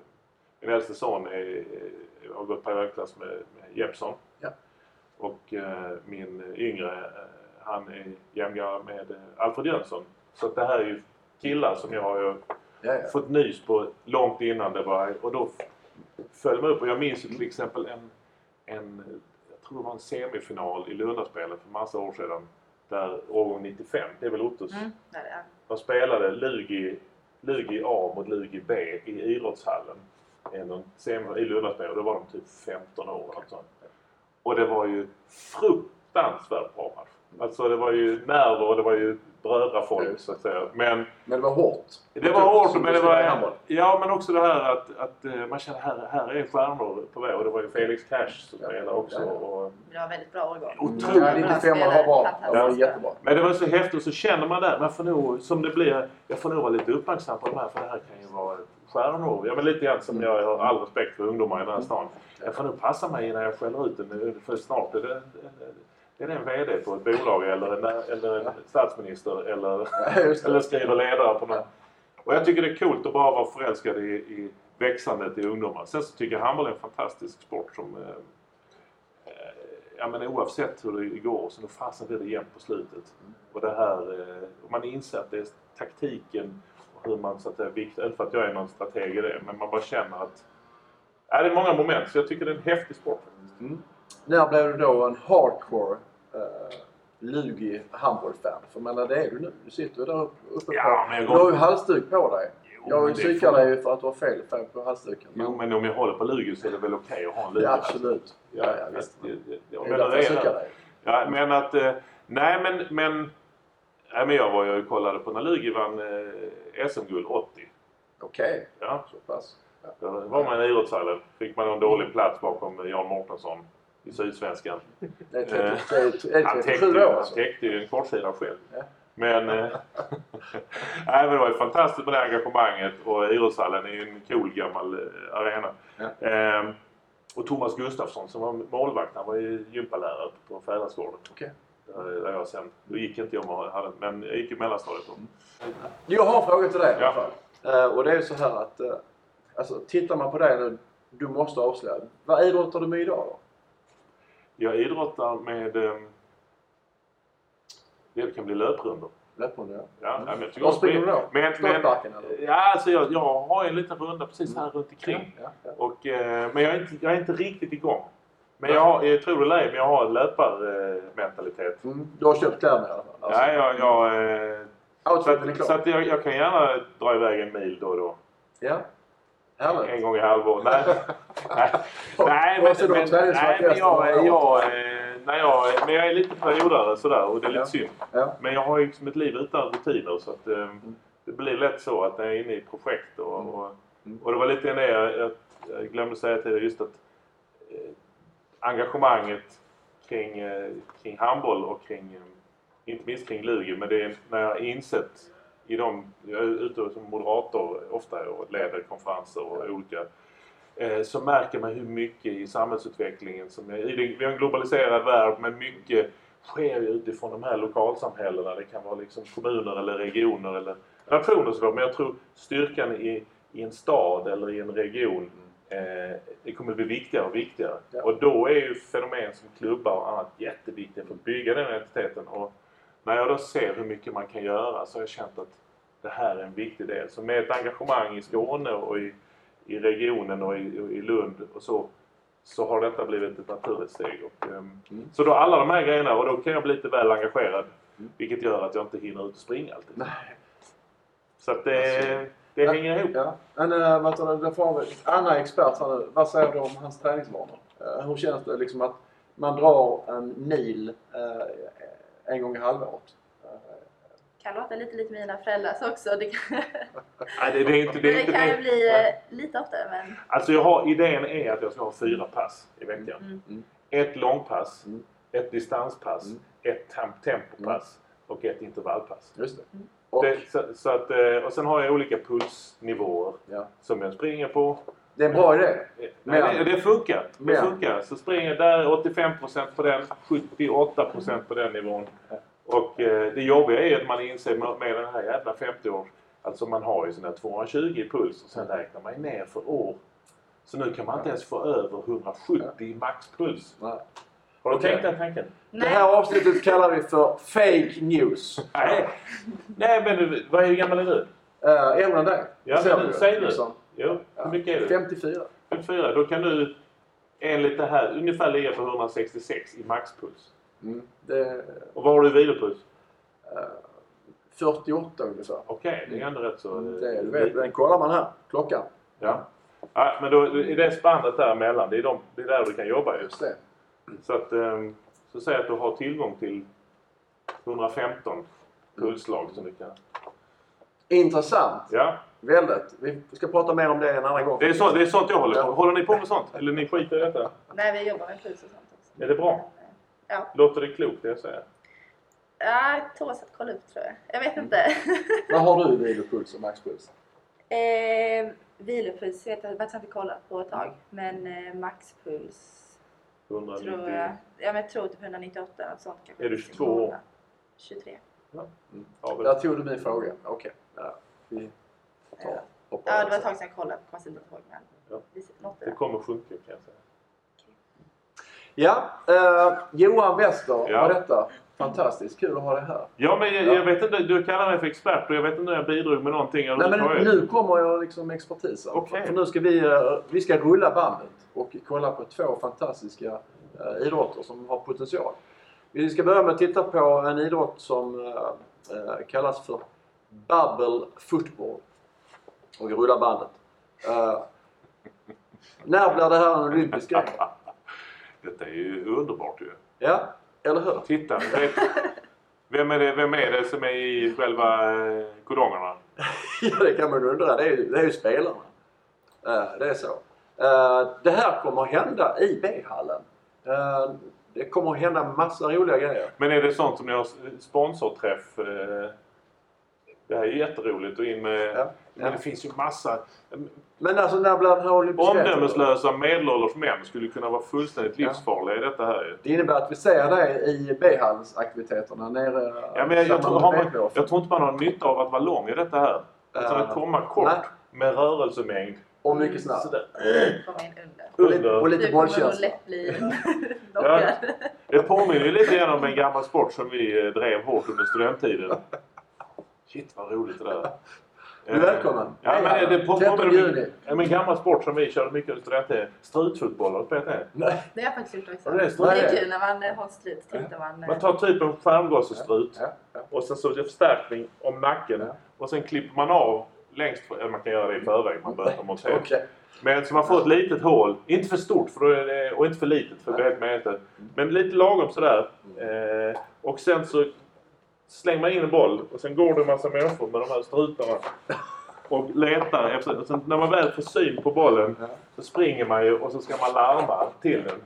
Min äldste son är, eh, har gått parallellklass med, med Jeppsson.
Ja.
Och eh, min yngre, eh, han är jämngammal med eh, Alfred Jönsson. Så att det här är ju killar som jag har ju
Ja, ja.
fått nys på långt innan det var och då f- föll man upp. Och jag minns ju till exempel en, en jag tror det var en semifinal i Lundaspelen för massa år sedan. Där årgång 95, det är väl Ottos,
Mm. Där, ja.
de spelade Lugi, Lugi A mot Lugi B i idrottshallen. En och en semifinal I Lundaspelen, och då var de typ 15 år eller något sånt. Och det var ju fruktansvärt bra match. Alltså det var ju nerver och det var ju brödrafolk så att säga. Men
Men det var hårt. Typ
det var hårt,
Som
men det
spelar
var...
handboll.
Ja, men också det här att, att eh, man känner här, här är stjärnor på väg. Och det var ju Felix Cash som
Ja.
spelade också.
Ja.
Och,
Det var väldigt bra årgång.
Otroligt.
Ja, 95 var bra. Det var
Fantastiskt.
jättebra.
men det var så häftigt och så känner man där, man får nog, som det blir, jag får nog vara lite uppmärksam på det här för det här kan ju vara stjärnor. Ja, men lite grann som jag har all respekt för ungdomar i den här stan. Jag får nog passa mig innan jag skäller ut den för snart är det, det är det en VD på ett bolag eller en, eller en statsminister eller
Ja, just det.
eller skriver ledare på något. Och jag tycker det är coolt att bara vara förälskad i, i växandet i ungdomar. Sen så tycker jag handboll är en fantastisk sport som... Eh, eh, ja men oavsett hur det går så nog fasen blir det jämnt på slutet. Och det här... Eh, och man inser att det är taktiken och hur man så att säga viktar... Inte för att jag är någon strateg i det, men man bara känner att... Ja, det är många moment, så jag tycker det är en häftig sport.
När blev du då en hardcore eh, lugig handbollsfan? För jag menar det är du nu. Du sitter ju där uppe. uppe
Ja,
på.
men jag
Du har
går...
ju halsduk på dig.
Jo, men
jag
det är
psykar
fan-
dig ju för att du har fel färg på halsduken.
Jo, men om jag håller på Lugi så är det väl okej att ha en Lugi?
ja, absolut.
Ja,
Ja, ja, visst.
att- jag- jag-
Det
jag
är därför
menar,
jag
det är
psykar
det.
dig.
Ja, men att... eh, Nej, men... men nej, men jag var ju och kollade på när Lugi vann eh, SM-guld 80.
Okej,
Ja,
så pass.
då var man i idrottshallen. Fick man en dålig plats bakom Jan Mårtensson i Sydsvenskan.
Det är
Eh,
30 det är- det
Han
är
täckte,
37
ju-
år
han
alltså.
täckte ju en kortsida själv.
Ja.
Men, eh, nej, men det var ju fantastiskt med det engagemanget och idrottshallen är ju en cool gammal eh, arena.
Ja.
Ehm, och Thomas Gustafsson som var målvakt, han var ju gympalärare på Fädernsgården.
Okej.
Där där jag sen, då gick inte jag med, hade- men jag gick i mellanstadiet då.
Mm. Jag har en fråga till dig i
Ja.
alla fall. Eh, och det är ju så här att eh, alltså, tittar man på dig nu, du måste avslöja. Vad idrottar du med idag då?
Jag idrottar med... ehm, det kan bli löprundor.
Löpande, ja.
Ja, nej, men jag tycker
Var
om
Mm. springer du
spring.
då?
Men, men,
Skottbacken eller?
ja, alltså jag, jag har ju en liten runda precis här runt omkring.
Mm. Ja, ja.
Och, eh, men jag är, inte, jag är inte riktigt igång. Men jag, har- jag tror det eller ej, men jag har en löparmentalitet.
Mm. Du har köpt kläderna i alla fall? Alltså,
Ja, jag, jag, eh, så
Outfiten är
att, så
klar?
att jag, jag kan gärna dra iväg en mil då och då.
Ja. Härligt.
En gång i halvår. Nej, nej, nej,
Och så
men,
då
men,
Sveriges
nej, men
vackraste
jag,
område.
jag, eh, när jag, men jag är lite periodare sådär och det är lite
Ja.
synd.
Ja.
Men jag har ju liksom ett liv utan rutiner så att eh, det blir lätt så att när jag är inne i projekt och,
Mm.
och,
Mm.
och det var lite det jag, jag, jag glömde säga till dig just att eh, engagemanget kring, eh, kring handboll och kring, eh, inte minst kring Lugi, men det är när jag har insett i de, jag är ute som moderator ofta och leder konferenser och olika eh, så märker man hur mycket i samhällsutvecklingen som är, i den- vi har en globaliserad värld men mycket sker ju utifrån de här lokalsamhällena. Det kan vara liksom kommuner eller regioner eller nationer och så vidare. Men jag tror styrkan i, i en stad eller i en region eh, det kommer bli viktigare och viktigare.
Ja.
Och då är ju fenomen som klubbar och annat jätteviktiga för att bygga den identiteten. Och när jag då ser hur mycket man kan göra så har jag känt att det här är en viktig del. Så med ett engagemang i Skåne och i, i regionen och i, och i Lund och så, så har detta blivit ett naturligt steg. Och, ehm,
Mm.
Så då alla de här grejerna och då kan jag bli lite väl engagerad. Vilket gör att jag inte hinner ut och springa alltid.
Nej.
Så att det, det hänger ihop.
Ja. Men eh, vad tror du, då får vi- Anna är expert här nu. Vad säger du om hans träningsvanor? Eh, hur känns det liksom att man drar en mil eh, en gång i halvåret? Eh,
Kan låta lite, lite mina föräldrars också. Det kan,
Nej, det, det är inte, det är
det
inte
kan ju
det.
bli eh, lite oftare men
Alltså jag har, idén är att jag ska ha fyra pass i veckan.
Mm.
Mm.
Ett långpass,
Mm.
ett distanspass,
Mm.
ett temp- tempopass och ett intervallpass.
Just det.
Mm.
Och,
Det, så, så att, eh, och sen har jag olika pulsnivåer
Ja.
som jag springer på.
Det är en bra idé.
Nej,
Men-
det, det funkar. Det
Men-
funkar. Så springer jag där 85% på den, 78% på den nivån. Och eh, det jobbiga är att man inser med med den här jävla 50 år Alltså man har ju sina 220 i puls och sen räknar man ju ner för år. Så nu kan man inte ens få över 170 i maxpuls.
Nej.
Har du
Okej.
tänkt den tanken?
Det
nej.
här avsnittet kallar vi för Fake News.
Nej. Nej men vad är hur gammal är du?
Eh, Äldre än dig.
Ja,
Ser
men säg du.
Liksom.
Jo, hur mycket är du?
54.
54, då kan du enligt det här ungefär ligga på 166 i maxpuls.
Mm. Det är
Och vad har du i vilopuls?
48 ungefär.
Okej, det är ändå rätt så...
Mm. Det är, du vet, den kollar man här. Klockan.
Ja. ja, men då i det spannet däremellan, det är, de, det är där du kan jobba just.
Just det. Mm.
Så att, ehm, så säg att du har tillgång till
Mm.
115 pulsslag som du kan...
Intressant.
Ja,
Väldigt. Vi ska prata mer om det en annan gång.
det är, så, det är sånt jag håller på med. Håller ni på med sånt? Eller ni skiter i detta?
Nej, vi jobbar med puls och sånt också.
Är det bra?
Ja.
Låter det klokt det jag säger?
Ja, tåls att kolla upp tror jag. Jag vet inte.
Vad har du i vilopuls och maxpuls?
eh, vilopuls vet jag jag har faktiskt inte kollat på ett tag. Men eh, maxpuls tror
190...
jag. Ja, men jag tror typ 198 något sånt kanske.
Är du 22 år?
23.
Ja, väl.
Där tog du min fråga. Okej. Ja, vi tar
Ja.
hoppar
Ja, det
över
var
sen.
ett tag sedan jag kollade. Konstigt inte ihåg men.
Ja.
vi ser- Något i
Det
det.
kommer sjunka kan jag säga.
Ja, eh, Johan Wester
Ja.
var detta. Fantastiskt kul att ha dig här.
Ja, men jag,
Ja.
jag vet inte. Du kallar mig för expert och jag vet inte om jag bidrog med någonting
Nej, men
överhuvudtaget.
nu kommer jag liksom med expertis. här.
Okej.
För nu ska vi, eh, vi ska rulla bandet och kolla på två fantastiska eh, idrotter som har potential. Vi ska börja med att titta på en idrott som eh, eh, kallas för bubble football. Och vi rullar bandet. Eh, när blir det här en olympisk grej?
Detta är ju underbart ju.
Ja, eller hur?
Titta, vet, vem, är det, vem är det som är i själva eh, kodongerna?
Ja, det kan man undra. Det är ju, det är ju spelarna. Eh, det är så. Eh, det här kommer att hända i B-hallen. Eh, det kommer att hända massa roliga grejer.
Men är det sånt som ni har s- sponsorträff? eh, Det här är ju jätteroligt och in med...
Ja,
Men
ja.
det finns ju massa...
Men alltså när blir den här olympiska
Omdömeslösa medelålders män skulle kunna vara fullständigt
Ja.
livsfarliga i detta här ju.
Det innebär att vi ser dig i B-hallsaktiviteterna nere...
Ja, men jag, jag, tror,
tillsammans
har
med
man,
Beethoven.
jag tror inte man har nytta av att vara lång i detta här. Utan att
Eh,
komma kort
nej.
med rörelsemängd.
Och mycket snabbt.
Sådär.
Komma in under.
Och lite,
Under.
och
Du
lite
kommer nog
bollkänsla.
lätt bli knockad.
Det påminner ju lite grann om en gammal sport som vi eh, drev hårt under studenttiden. Shit vad roligt det där.
Du är välkommen.
Ja, men det påminner
13 juni.
om en- en gammal sport som vi körde mycket under studenttiden. Strutfotboll, har du spelat det?
Nej.
Det har jag faktiskt gjort också.
Ja, det är
det är
snyggt.
kul när man eh, har slut tittar man. eh,
Man tar typ en skärmgossestrut
Ja, ja.
och sen så är det förstärkning om nacken
Ja.
och sen klipper man av längst fram. Eller man kan göra det i förväg. Man behöver inte montera.
Okej.
Men så man får ett litet hål. Inte för stort för då är det, och inte för litet för det är helt meter. Men lite lagom sådär. Eh, och sen så slänger man in en boll och sen går det en massa människor med de här strutarna. Och letar efter och sen När man väl får syn på bollen så springer man ju och så ska man larma till den.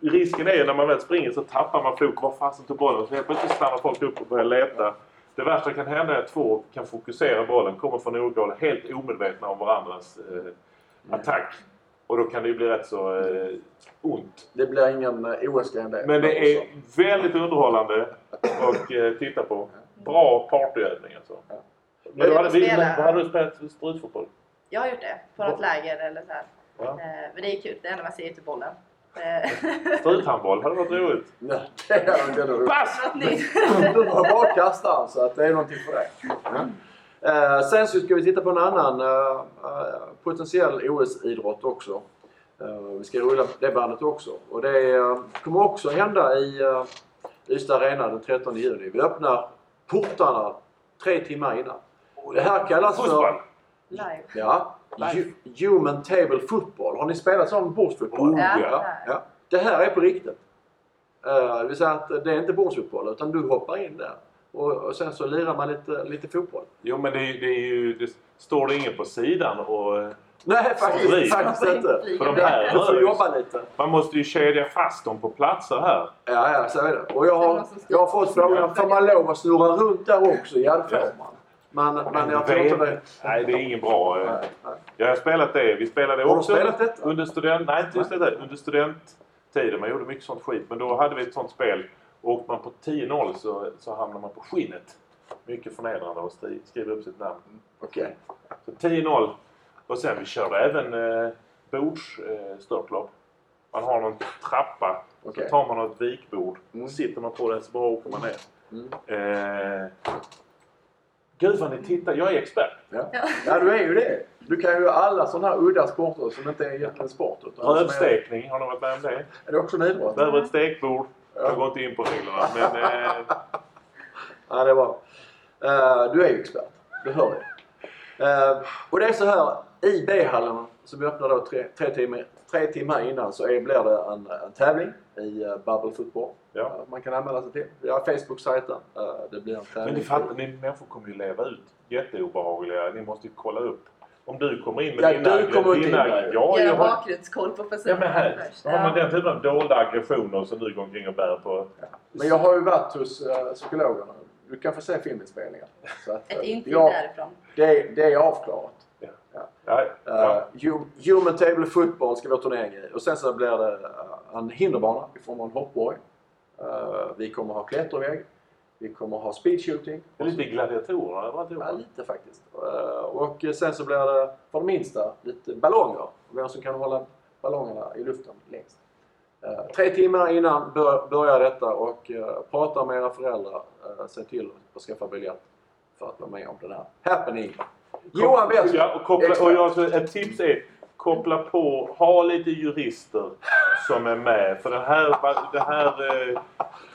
Risken är ju när man väl springer så tappar man fokus. Var fasen tog bollen? Så helt plötsligt stannar folk upp och börjar leta. Det värsta kan hända är att två kan fokusera bollen, kommer från ogål, helt omedvetna om varandras eh, attack. Och då kan det ju bli rätt så
Mm.
eh, ont.
Det blir ingen eh, OS-gren
Men det är väldigt underhållande att eh, titta på. Bra partyövning alltså. Men då hade, vi, men, då hade du spelat strutfotboll?
eh, Jag har gjort det på något läger eller så här.
Ja.
Eh, Men det är kul, det enda man ser är ju typ bollen. Eh,
Struthandboll hade varit roligt.
Nej, det är inte roligt.
Pass!
något nytt.
Du var bara kastaren så att det är någonting för dig. Eh, sen så ska vi titta på en annan eh, eh, potentiell OS-idrott också. Eh, vi ska rulla det bandet också. Och det eh, kommer också hända i eh, Ystad Arena den 13 juni. Vi öppnar portarna tre timmar innan. Oh, Det här alltså- kallas
Fotboll!
för
Live.
ja, hu- Human Table Football. Har ni spelat sån bordsfotboll?
Oh, ja.
Ja. Det här är på riktigt. Eh, Det vill säga att det är inte bordsfotboll utan du hoppar in där. Och och sen så lirar man lite, lite fotboll.
Jo men det, är- det är ju... Det står det ingen på sidan och... eh,
Nej, faktiskt,
Flyg.
faktiskt inte.
För de
Nej,
här
Du får
rör ju...
jobba lite.
Man måste ju kedja fast dem på platser här.
Ja, ja, så är det. Och jag
Det är
har,
någon som ska-
jag har fått frågan, får man lov att snurra runt där också? Ja, det får man. Men, men jag tror inte det.
Nej, det är ingen bra... eh,
Nej, nej.
Jag har spelat det. Vi spelade
Har du
också
spelat detta?
under student... Nej, inte just detta. Under studenttiden. Man gjorde mycket sånt skit. Men då hade vi ett sånt spel. Och åkte man på 10-0 så, så hamnade man på skinnet. Mycket förnedrande att stri- skriva upp sitt namn.
Okej.
Så 10-0. Och sen vi körde även eh, bordsstörtlopp. Eh, störtlopp. man har någon trappa.
Okej.
Så tar man något vikbord.
Mm.
Sitter man på det så bara åker man ner.
Mm.
Eh, gud vad ni tittar. Jag är expert.
Ja. ja, du är ju det. Du kan ju alla sådana här udda sporter som inte är egentligen sport. utan som är-
Rövstekning, har ni varit med om det?
Är det också en idrott?
Behöver ett stekbord.
Ja.
Jag går inte in på reglerna. Men, eh,
Ja, det var eh, Du är ju expert. Du hör det. Eh, och det är så här. I B-hallen som vi öppnar då tre, tre, timmar, tre timmar innan så är, blir det en, en tävling i eh, Bubble Football.
ja.
Eh, man kan anmäla sig till. Vi har Facebook-sajten. Eh, det blir en tävling.
men ni fattar, ni människor kommer ju leva ut jätteobehagliga. Ni måste ju kolla upp. Om du kommer in med
Ja,
dina...
du kommer inte in
dina,
där.
Ja, jag
Göra
har,
bakgrundskoll på
ja,
personen
men här
först.
har man
Ja.
den typen av dolda aggressioner som du går omkring och bär på.
Men jag har ju varit hos eh, psykologerna. Du kan få se filminspelningen. Så att, eh,
Ett intyg
ja,
därifrån.
det, det är avklarat.
Ja, ja.
Eh, hu- human Table Football ska vara turnering i. Och sen så blir det eh, en hinderbana i form av en hoppborg. Eh, vi kommer ha klättervägg. Vi kommer ha speedshooting.
Det är lite gladiatorer överallt.
Ja,
ihop.
lite faktiskt. Eh, och sen så blir det, för de minsta, lite ballonger. Vem som kan hålla ballongerna i luften längst. Eh, tre timmar innan bör, börjar detta och eh, prata med era föräldrar. Eh, se till att skaffa biljett för att vara med om den här happening. Johan Westberg!
Ja, och koppla,
expert.
och jag, tror- ett tips är koppla på, ha lite jurister som är med. För den här, det här eh,
Du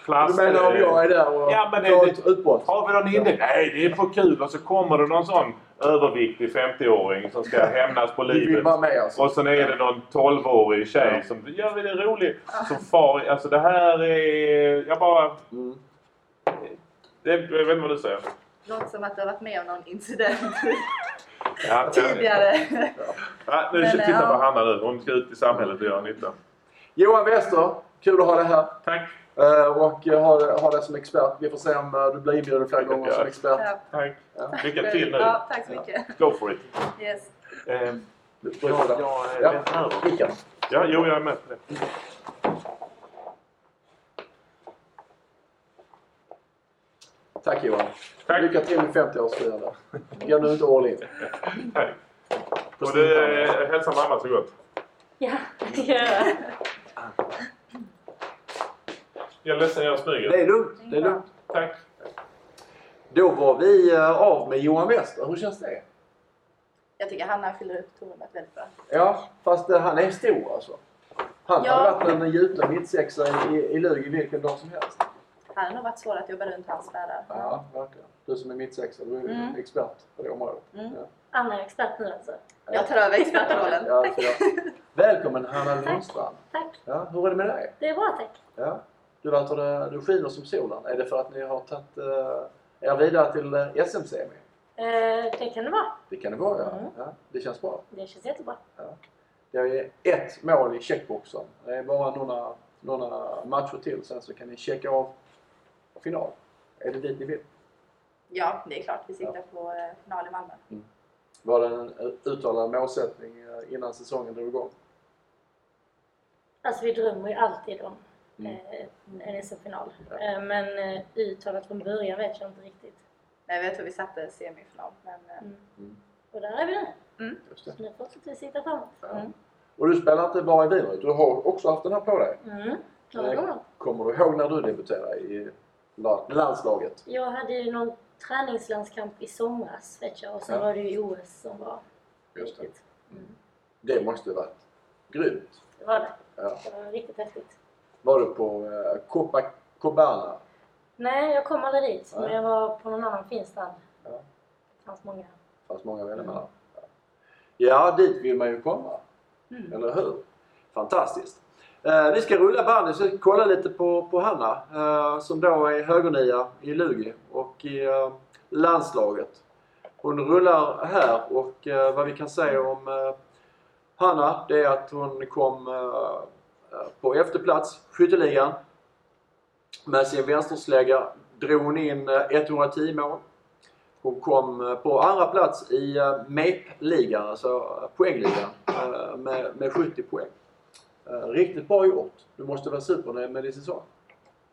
plast...
menar om jag är där och
Ja, men det-
tar ett utbrott?
Har vi någon inne? Nej, det är för kul. Och så kommer det någon sån överviktig 50-åring som ska hämnas på
Vi vill
livet.
vara med alltså.
Och sen är det någon 12-årig tjej som gör vi det roligt. Som far... Alltså det här är... Jag bara...
Mm.
Det, jag vet inte vad du säger.
Låter som att du har varit med om någon incident
Ja,
tidigare.
Ja, nu
Men,
ska titta på
ja.
Hanna nu. Hon ska ut i samhället och göra nytta.
Johan Wester, kul att ha dig här.
Tack.
Eh, Och eh, ha, ha dig som expert. Vi får se om eh, du blir inbjuden flera gånger som expert.
Ja.
Tack. Lycka
Men-
till nu.
Ja, tack så mycket.
Go for it.
Yes.
Eh,
Du- du har
jag,
det.
jag är
Ja.
vet över.
Rickard.
Ja, jo, jag är med på det.
Tack Johan.
Tack.
Lycka till med 50-årsfirandet. Gå nu inte all in.
Tack. Och du, eh, hälsa mamma så gott.
Ja, det gör jag.
Jag är ledsen, jag smyger.
Det är lugnt. Det är lugnt.
Tack.
Då var vi eh, av med Johan Wester. Hur känns det?
Jag tycker Hanna fyller upp tornet väldigt bra.
Ja, fast eh, han är stor alltså. Han
Ja.
hade varit en gjuten mittsexa i, i, i Lugi vilken dag som helst.
Han har nog varit svår att jobba runt hans spärrar.
Ja, verkligen. Du som är mittsexa, du är ju
Mm.
expert på det området.
Mm.
Ja.
Anna är expert nu alltså.
Jag tar över expertrollen.
Ja, alltså, jag- Välkommen Hanna Lundstrand!
Tack.
Ja, hur är det med dig?
Det är bra tack.
Ja. Du, verkar det, du skiner som solen. Är det för att ni har tagit eh, er vidare till eh, SM-semi?
Eh, det kan det vara.
Det kan det vara, ja.
Mm.
ja. Det känns bra.
Det känns jättebra.
Det är ett mål i checkboxen. Det är bara några, några matcher till, sen så kan ni checka av final. Är det dit ni vill?
Ja, det är klart. Vi siktar på eh, final i Malmö.
Var det en eh, uttalad målsättning eh, innan säsongen drog igång?
Alltså vi drömmer ju alltid om
Mm.
eh, en SM-final.
Ja.
Eh, men eh, uttalat från början vet jag inte riktigt.
Nej, jag tror vi satte semifinal. Men, eh,
Mm.
Mm.
Och där är vi nu.
Just det.
Så nu fortsätter vi sitta framåt.
Ja.
Mm.
Och du spelar inte bara i Wiener, du har också haft den här på dig.
Mm. Några
Eh,
gånger.
Kommer du ihåg när du debuterade i la- landslaget?
Jag hade ju någon träningslandskamp i somras vet jag och sen
Ja.
var det ju OS som var
Just det.
riktigt. Mm.
Det måste ju varit grymt.
Det var det.
Ja.
Det var riktigt häftigt.
Var du på eh, Copacabana?
Nej, jag kom aldrig dit.
Nej.
Men jag var på någon annan fin strand.
Ja.
Det fanns många.
Det fanns många medlemmar där. Ja, dit vill man ju komma.
Mm.
Eller hur? Fantastiskt. Eh, vi ska rulla bandet så vi ska kolla lite på, på Hanna eh, som då är högernia i Lugi och i eh, landslaget. Hon rullar här och eh, vad vi kan säga om eh, Hanna det är att hon kom eh, på efterplats, skytteligan. Med sin vänsterslägga drog hon in eh, 110 mål. Hon kom eh, på andra plats i eh, MEP-ligan, alltså eh, poängligan, eh, med, med 70 poäng. Eh, Riktigt bra gjort. Du måste vara supernöjd med din säsong.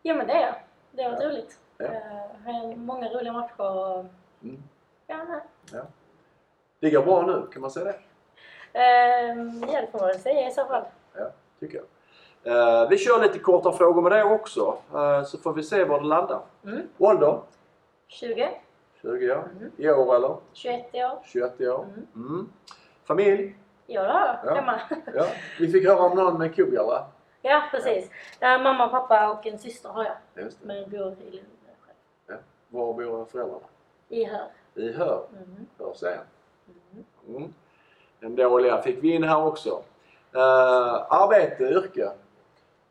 Ja, men det är jag. Det har varit roligt.
Ja.
Eh, har jag många roliga matcher och...
Mm.
Ja, nej.
Det går bra nu, kan man säga det?
Ehm, ja, det får man väl säga i så fall.
Tycker jag. Eh, Vi kör lite korta frågor med det också, eh, så får vi se var det landar.
Mm.
Ålder?
20,
20 år.
Mm.
I år eller?
21 år.
21 år.
Mm.
Mm. Familj?
Ja, det har jag.
Ja.
Hemma.
Ja. Vi fick höra om någon med kuggar
Ja, precis. Eh, mamma, pappa och en syster har jag.
Just det.
Men jag bor i Lund själv.
Var bor föräldrarna?
I Höör.
I Höör.
Mm.
Hörsälen.
Mm.
Mm. Den dåliga fick vi in här också. Eh, arbete, yrke.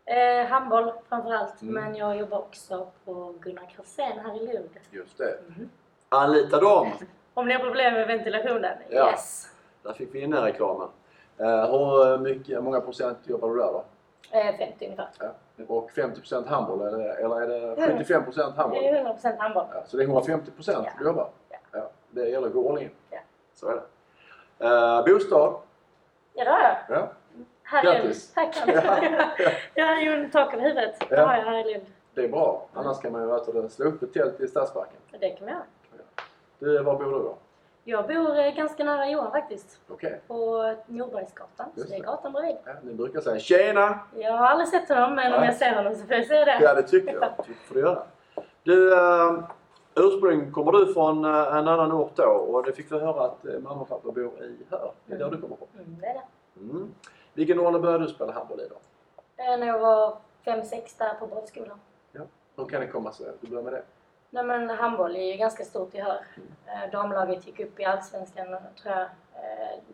Eh, handboll framförallt,
Mm.
men jag jobbar också på Gunnar Karlsén här i Lund.
Just det.
Mm.
Anlita dem.
Om ni har problem med ventilationen?
Ja.
Yes!
Där fick vi in den reklamen. Eh, hur mycket, många procent jobbar du där då?
Eh, 50 ungefär.
Och 50% handboll eller, eller är det 75%
Det
handboll?
är 100% handboll.
Ja, så det är 150% du jobbar?
Ja.
Ja, det gäller att gå all in.
Ja.
Så är det. Eh, bostad?
Ja, det har jag.
Ja.
Här i Lund.
Grattis.
Tack Anders! jag har ju tak över huvudet. Det
Ja.
har jag här i Lund.
Det är bra. Annars kan man ju vet du, slå upp ett tält i Stadsparken.
Så Det kan man göra.
Du, var bor du då?
Jag bor eh, ganska nära Johan faktiskt.
Okej.
På Norbergsgatan. Så
Just
det är
det.
gatan bredvid.
Ja, ni brukar säga ”Tjena!”
Jag har aldrig sett honom, men om
Nej.
jag ser honom så får jag säga det.
Ja, det tycker jag. Det får du göra. Du, eh, ursprung kommer du från eh, en annan ort då och det fick vi höra att eh, mamma och pappa bor i här. Det är där du kommer från.
Mm, det är det.
Mm. Vilken ålder började du spela handboll i då?
Eh, När jag var 5-6 där på Brottsskolan.
Hur kan det komma sig att du började med det?
Nej men handboll är ju ganska stort i Höör. Eh, Damlaget gick upp i Allsvenskan tror jag, eh,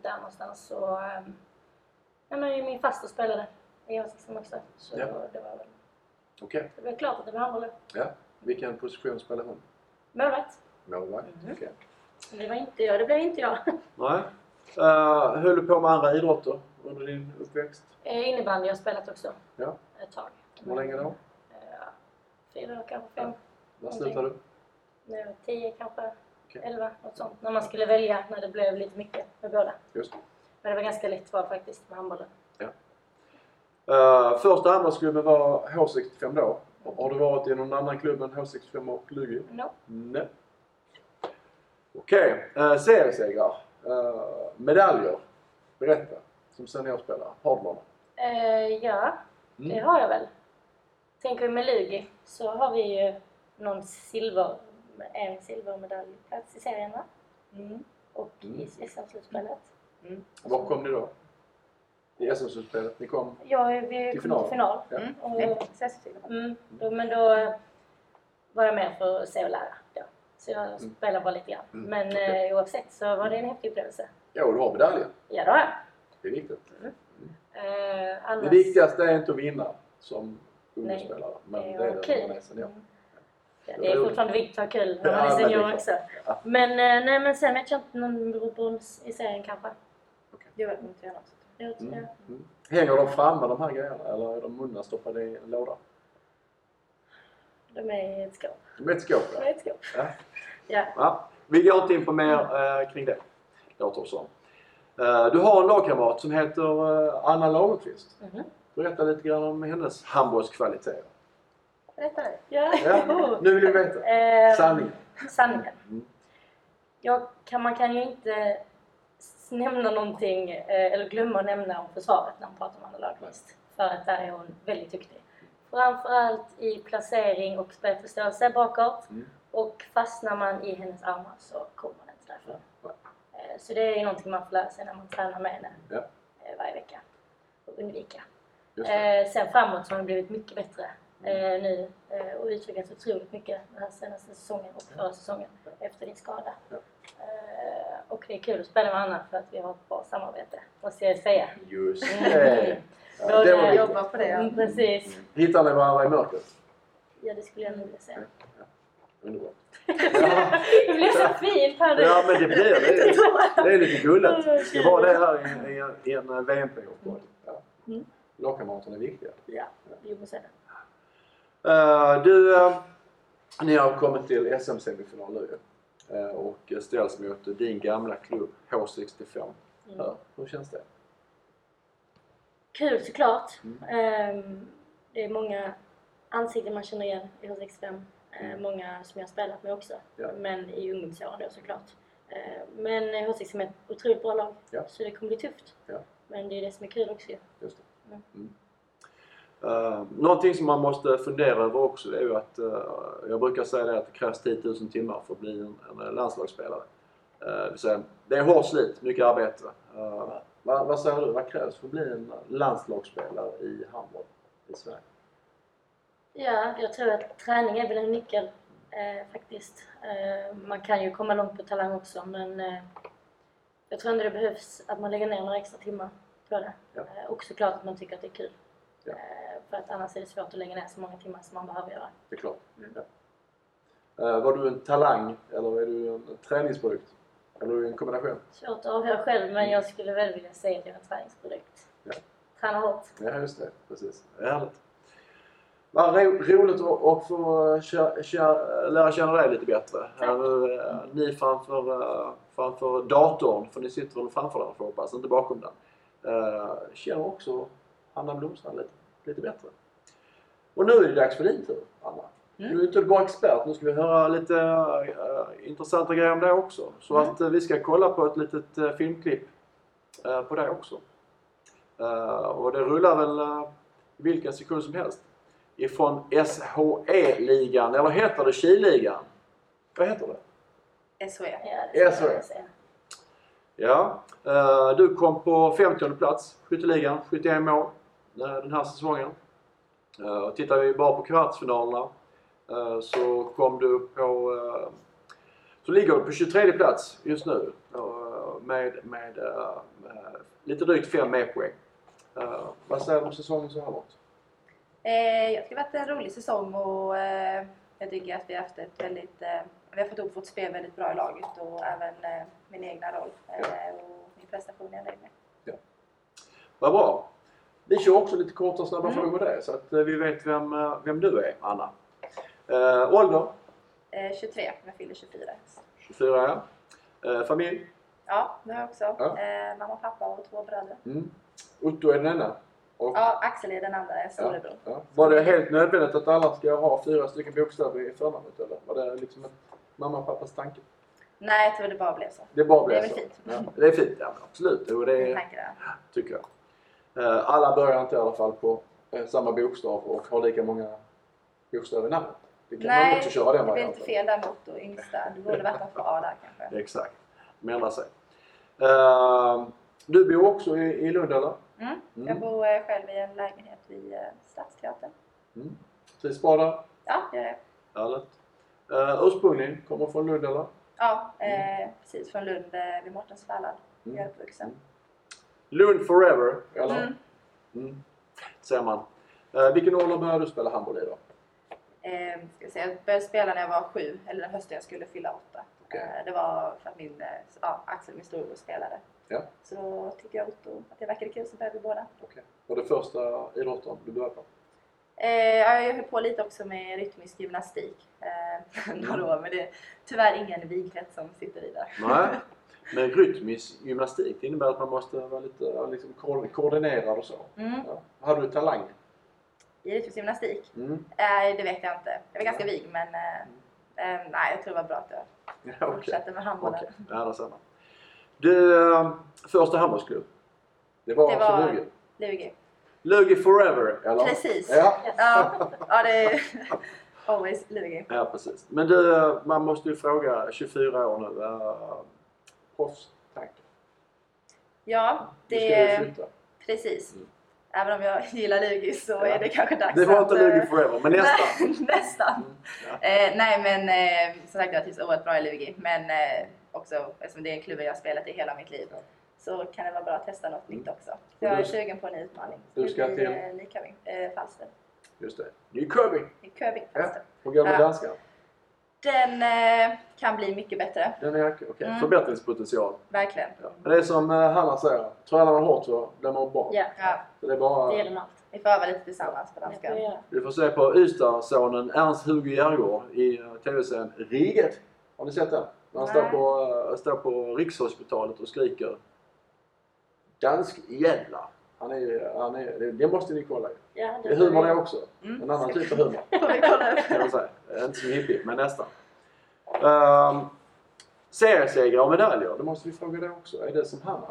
där någonstans. Och, ehm, ja, men min faster spelade i Åsexan också. Så
Ja.
det, var väl,
Okej.
det var klart att det var handboll.
Vilken position spelade hon?
Målvakt.
Målvakt?
Mhm.
Okej.
Men Det var inte jag, det blev inte jag.
Nej. Eh, höll du på med andra idrotter under din uppväxt?
Eh, Innebandy har jag spelat också.
Ja.
Ett tag.
Hur länge då?
Eh, Fyra år kanske, fem.
När slutade du?
Nu tio kanske.
Okej.
Elva, något sånt. När man skulle välja, när det blev lite mycket med båda.
Just det.
Men det var ganska lätt val faktiskt med handbollen.
Eh, första handbollsklubben var H65 då. Har du varit i någon annan klubb än H65 och Lugi?
No.
Nej. Okej, eh, seriesegrar. Eh, medaljer. Berätta. Som seniorspelare. Har du några?
Eh, ja,
Mm.
det har jag väl. Tänker vi med Lugi så har vi ju någon silver, en silvermedaljplats i serien va?
Mm.
Och i SM-slutspelet.
Var kom ni då? I SM-slutspelet? Ni kom...
Ja, vi
Till
kom till
final.
final.
Ja.
Mm.
Och,
Ett successful.
eh, mm, då, men då var jag med för att se och lära. Då. Så jag spelar bara lite grann.
Mm,
Men
okej.
eh, oavsett så var det en häftig upplevelse.
Ja, och du har medaljen.
Ja, det har jag.
Det är viktigt.
Eh, annars...
Det viktigaste är inte att vinna som ungdomsspelare. Men det är det när man är senior.
Ja, Mm. det är fortfarande viktigt att ha kul när man
Ja,
är
men det är
senior
klart.
också.
Ja.
Men, eh, nej, men sen vet jag inte någon Bror Bruns i serien kanske.
Det var inte jag också.
Jag tror
Mm.
jag.
Mm. Hänger de framme de här grejerna eller är de undanstoppade i en låda?
De är i ett skåp.
De är ett skåp
De
ja.
är i ett skåp.
Ja.
Ja.
Ja, vi går inte in på mer eh, kring det. Låter det som. Eh, du har en lagkamrat som heter eh, Anna Lagerqvist.
Mhm.
Berätta lite grann om hennes handbollskvaliteter.
Berätta nu. Ja.
Ja, nu vill vi veta.
Eh,
Sanningen.
sanningen.
Mm.
Jag kan, man kan ju inte s- nämna någonting, eh, eller glömma att nämna om försvaret när man pratar om Anna Lagerqvist. För att där är hon väldigt duktig. Framförallt i placering och spelförståelse bakåt.
Mm.
Och fastnar man i hennes armar så kommer den inte därifrån.
Ja.
Eh, Så det är ju någonting man får lära sig när man tränar med henne
Ja.
eh, varje vecka. Och undvika.
Just det. Mm.
Eh, sen framåt så har hon blivit mycket bättre eh, nu eh, och utvecklats otroligt mycket den här senaste säsongen och förra säsongen efter din skada.
Ja.
Eh, och det är kul att spela med Anna för att vi har ett bra samarbete, måste jag säga.
Just
Mm.
det. Ja, det var
Både-
viktigt.
Jobba på det. ja.
Mm, precis.
Hittar ni varandra i mörkret?
Ja, det skulle jag nog vilja säga.
Underbart.
Det blev så fint här nu!
Ja, men det blir det. Det är lite gulligt. Det var det här i, i, i en VM-period. Ja.
Mm.
Lagkamraterna är viktiga.
Ja, jo men så är det.
Eh, du, eh, ni har kommit till SM-semifinal nu ju. Eh, och ställs mot din gamla klubb H65.
Mm.
Här. Hur känns det?
Kul såklart.
Mm.
Ehm, det är många ansikten man känner igen i H65. Ehm,
Mm.
Många som jag har spelat med också.
Ja.
Men i ungdomsåren då såklart. Ehm, men H65 är ett otroligt bra lag.
Ja.
Så det kommer bli tufft.
Ja.
Men det är det som är kul också ju.
Just det.
Mm.
Mm. Eh, någonting som man måste fundera över också är ju att, eh, jag brukar säga det att det krävs 10 000 timmar för att bli en, en landslagsspelare. Eh, det vill säga, det är hårt slit, mycket arbete. Eh, vad, vad säger du, vad krävs för att bli en landslagsspelare i handboll i Sverige?
Ja, jag tror att träning är väl en nyckel eh, faktiskt. Eh, man kan ju komma långt på talang också men eh, jag tror ändå det behövs att man lägger ner några extra timmar på det.
Ja.
Eh, och såklart att man tycker att det är kul.
Ja.
Eh, för att annars är det svårt att lägga ner så många timmar som man behöver göra.
Det är klart.
Mm.
Ja. Eh, var du en talang eller är du en träningsprodukt? Eller är du en kombination?
Svårt att avgöra själv men jag skulle väl vilja säga att jag är en träningsprodukt.
Mm. Ja.
Tränar hårt.
Ja, just det. Precis. Det är härligt. Vad ro, roligt att att få kä- kä- lära känna dig lite bättre. Här nu, eh, ni framför, eh, framför datorn, för ni sitter väl framför den får jag hoppas, inte bakom den. Eh, Känner också Anna Blomstrand lite, lite bättre. Och nu är det dags för din tur, Anna.
Mm.
Du är inte bara expert, nu ska vi höra lite eh, intressanta grejer om dig också. Så
Mm.
att eh, vi ska kolla på ett litet eh, filmklipp eh, på dig också. Eh, och det rullar väl eh, vilken sekund som helst. Ifrån SHE-ligan, eller heter det Kiligan? Vad heter det?
SHE.
Ja, det
Ja,
skulle
så är
jag
det.
säga.
Ja, eh, du kom på 50 plats, skytteligan, 71 mål eh, den här säsongen. Eh, och tittar vi bara på kvartsfinalerna eh, så kom du på... Eh, så ligger du på 23 plats just nu eh, med, med eh, eh, lite drygt 5 medpoäng. Eh, vad säger du om säsongen så här långt?
Eh, jag tycker det har varit en rolig säsong och eh, jag tycker att vi har haft ett väldigt... Eh, vi har fått ihop vårt spel väldigt bra i laget och även eh, min egna roll eh, och min prestation är jag nöjd med.
Vad bra! Vi kör också lite korta snabba
Mm.
frågor där så att eh, vi vet vem, eh, vem du är, Anna. Eh, ålder?
Eh, 23, men jag fyller 24.
24 ja. Eh, familj?
Ja, det har jag också.
Ja.
Eh, mamma, pappa och två bröder.
Mm. Otto är den ena. Och,
Ja, Axel är den andra, storebror.
ja. Var det helt nödvändigt att alla ska ha fyra stycken bokstäver i förnamnet eller? Var det liksom en mamma och pappas tanke?
Nej, jag tror det bara blev så.
Det bara
Det
blev
är väl
så.
fint.
Ja, det är fint, ja, absolut. Och
Jag
det
tänker det.
tycker jag. Eh, Alla börjar inte i alla fall på eh, samma bokstav och har lika många bokstäver i namnet. Det kan man
Nej,
också köra den
Det blev lite
varianten.
fel där mot och yngsta. Det borde varit något på A där kanske.
Exakt. De ändrar sig. Eh, Du bor också i i Lund eller?
Mm.
Mm.
Jag bor eh, själv i en lägenhet vid eh, Stadsteatern.
Trivs bra där?
Ja, det gör jag.
Härligt. Eh, ursprungligen kommer från Lund eller?
Ja, eh, precis från Lund eh, vid Mårtens Färland.
Mm.
Jag är uppvuxen.
Lund forever eller?
Mm.
Mm. Ser man. Eh, vilken ålder började du spela handboll i då?
Eh, ska jag, säga, jag började spela när jag var sju, eller den hösten jag skulle fylla åtta.
Okej.
Eh, det var för att min, eh, ja, Axel, min storebror, spelade.
Ja.
Så då tyckte jag Otto att det verkade kul så började vi båda.
Okej. Var det första idrotten du började på?
Eh, ja, jag höll på lite också med rytmisk gymnastik eh,
Mm.
några år, men det är tyvärr ingen vigkrets som sitter i det.
Nej. Men rytmisk gymnastik det innebär att man måste vara lite eh, liksom, ko- koordinerad och så.
Mm.
Ja. Hade du talang?
I rytmisk gymnastik?
Mm.
Eh, det vet jag inte. Jag var ganska vig, men eh, eh, nej, jag tror det var bra att jag
Ja, okej.
fortsatte med handbollen.
Okej, ja, där ser man. Du, eh, första handbollsklubb? Det var,
Det
alltså
var-
Lugi?
Lugi.
Lugi forever, eller?
Precis.
Ja.
Ja, ja det är always Lugi.
ja, precis. Men du, eh, man måste ju fråga 24 år nu. Uh, Proffstanke?
Ja,
Nu ska
det
du flytta.
precis.
Mm.
Även om jag gillar Lugi så
Ja.
är det kanske dags
Det var
att,
inte
eh,
Lugi forever, men nästan.
Nej, nästan.
Mm, ja.
Eh, nej men eh, som sagt jag trivs oerhört bra i Lugi. Men eh, också eftersom det är en klubb jag har spelat i hela mitt liv
Ja. Mm.
så kan det vara bra att testa något nytt också. Så
Och
jag
du-
är sugen på en ny utmaning.
du ska
Det blir,
till-
eh, Nyköping, eh, Falster.
Just det. Nyköping!
Nyköping, Falster.
Hur går det med
Ja.
danskan?
Den eh, kan bli mycket bättre,
Den är okej.
Mm.
Förbättringspotential.
verkligen.
Ja. Men det är som eh, Hanna säger, tränar man hårt så blir man bra.
Ja,
Ja,
Så Det är
det
bara...
gäller med allt.
vi får öva lite tillsammans på
Det får
danskan.
jag göra.
Du får se på Ystadsonen Ernst-Hugo Järgård i eh, tv-serien Riget. Har ni sett den? När han står
Nej.
på, eh, står på Rikshospitalet och skriker Dansk jävla. Han är, han är, det, det måste ni kolla.
Ja,
Det är humor det
jag
också.
Mm.
En annan typ av humor
Får vi kolla upp.
kan man säga. Eh, Inte som hippie, men nästan.
Ehm,
Um, seriesegrar och medaljer, det måste vi fråga dig också. Är det som Hanna?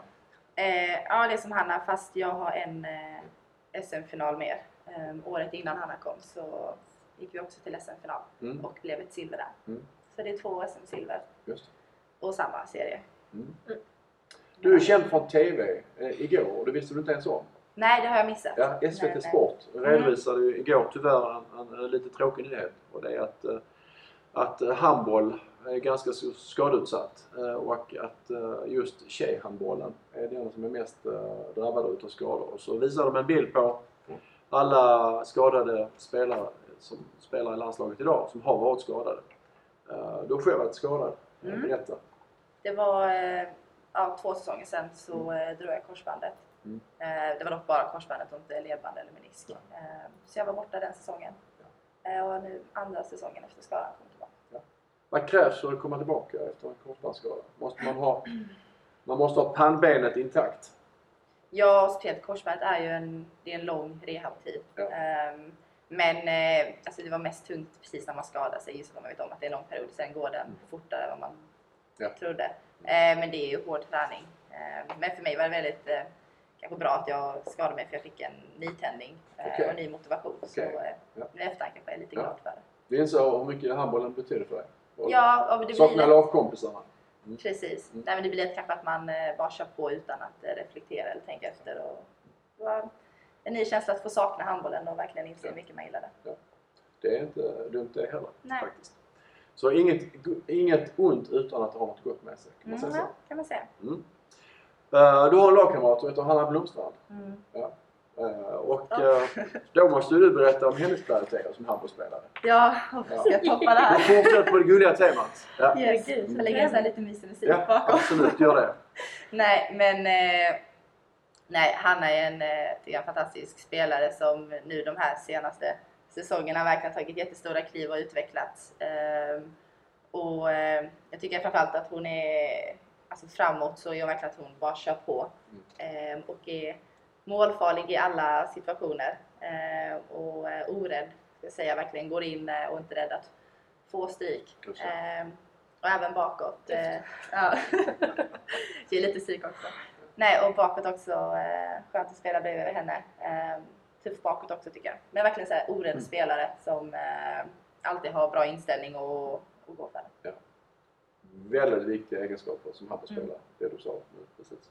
Eh, ja, det är som Hanna fast jag har en eh, SM-final mer. Eh, året innan Hanna kom så gick vi också till SM-final
Mm.
och blev ett silver där.
Mm.
Så det är två SM-silver
Just. det.
och samma serie.
Mm.
Mm.
Du är känd från TV eh, igår och det visste du inte ens om.
Nej, det har jag missat.
Ja, SVT
Men, eh,
Sport redovisade ju igår tyvärr en, en, eh, lite tråkig nyhet och det är att, eh, att eh, handboll är ganska så skadeutsatt eh, och att eh, just tjejhandbollen är den som är mest eh, drabbad utav skador. Och så visar de en bild på alla skadade spelare som spelar i landslaget idag som har varit skadade. Eh, Du har själv varit skadad, eh,
Mm.
berätta.
Det var eh, ja, två säsonger sedan så eh, drog jag korsbandet.
Mm.
Eh, det var dock bara korsbandet och inte ledband eller menisk. Eh, så jag var borta den säsongen. Eh, och nu andra säsongen efter skadan kom tillbaka.
Vad krävs för att komma tillbaka efter en korsbandsskada? Måste man ha, man måste ha pannbenet intakt?
Ja, speciellt korsbandet är ju en, det är en lång rehabtid.
Ja.
Ehm, men eh, alltså det var mest tungt precis när man skadar sig, just för man vet om att det är en lång period. Sen går den
Mm.
fortare än vad man
Ja.
trodde. Eh, men det är ju hård träning. Eh, men för mig var det väldigt eh, kanske bra att jag skadade mig för jag fick en nytändning eh,
Okej.
och ny motivation. Så
Okej.
eh,
Ja.
nu i efterhand kanske jag är lite
Ja.
glad för det.
Du inser hur mycket handbollen betyder för dig? Och
Ja, och det blir
Saknar
lite-
lagkompisarna?
Precis.
Mm.
Nej, men det blir lätt kanske att man eh, bara kör på utan att eh, reflektera eller tänka efter. Och det var en ny känsla att få sakna handbollen och verkligen inse hur mycket man gillar det.
Det är inte dumt det heller
Nej.
faktiskt. Så inget, go- inget ont utan att det har något gott med sig. Kan man säga så?
Mm.
Mm.
ja, kan man säga.
Eh, du har en lagkamrat som heter Hanna Blomstrand.
Mm.
Eh, och
Ja.
eh, då måste du berätta om hennes kvaliteter som handbollsspelare.
Ja, hoppas jag toppar det
Du
här.
fortsätter på det gulliga temat. Ja,
Yes.
Gud,
Så lägger jag så här lite mysig musik
ja
bakom.
absolut, gör det.
Nej, men eh, nej, Hanna är en, eh, tycker jag, en fantastisk spelare som nu de här senaste säsongerna verkligen tagit jättestora kliv och utvecklats. Ehm, och eh, jag tycker framförallt att hon är alltså framåt så gör verkligen att hon bara kör på Ehm, och är målfarlig i alla situationer Ehm, och eh, orädd, ska jag säga, verkligen går in eh, och inte rädd att få stryk.
Just det.
Ehm, och även bakåt. Eh, ja. Det är lite psyk också. Nej, och bakåt också. Eh, skönt att spela bredvid henne. Eh, tuff bakåt också tycker jag. Men verkligen så här orädd
Mm.
spelare som eh, alltid har bra inställning och, och går för det.
väldigt viktiga egenskaper som handbollsspelare. Det du sa nu precis.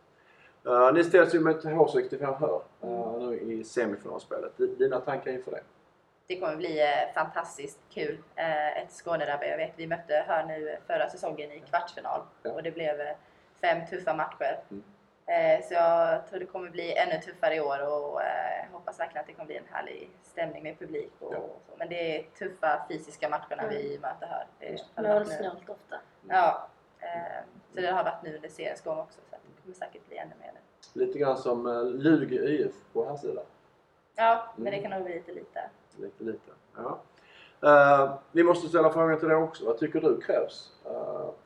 Eh, ni ställs ju mot H65 här eh, nu i semifinalspelet. D- Dina tankar inför det?
det kommer bli eh, fantastiskt kul. Eh, ett Skånederby. Jag vet vi mötte här nu förra säsongen i kvartsfinal
Ja.
och det blev eh, fem tuffa matcher.
Mm.
Eh, så jag tror det kommer bli ännu tuffare i år och eh, hoppas verkligen att det kommer bli en härlig stämning med publik. Och,
Ja.
och så. Men det är tuffa fysiska matcherna
Mm.
vi möter här. Det har varit nu.
Målsnålt ofta.
Ja. Eh, så det har varit nu under seriens gång också så att det kommer säkert bli ännu mer nu.
Lite grann som eh, Lugi IF på här sidan.
Ja, men
Mm.
det kan nog bli lite lite.
Lite, lite. Ja. Eh, vi måste ställa frågan till dig också. Vad tycker du krävs eh,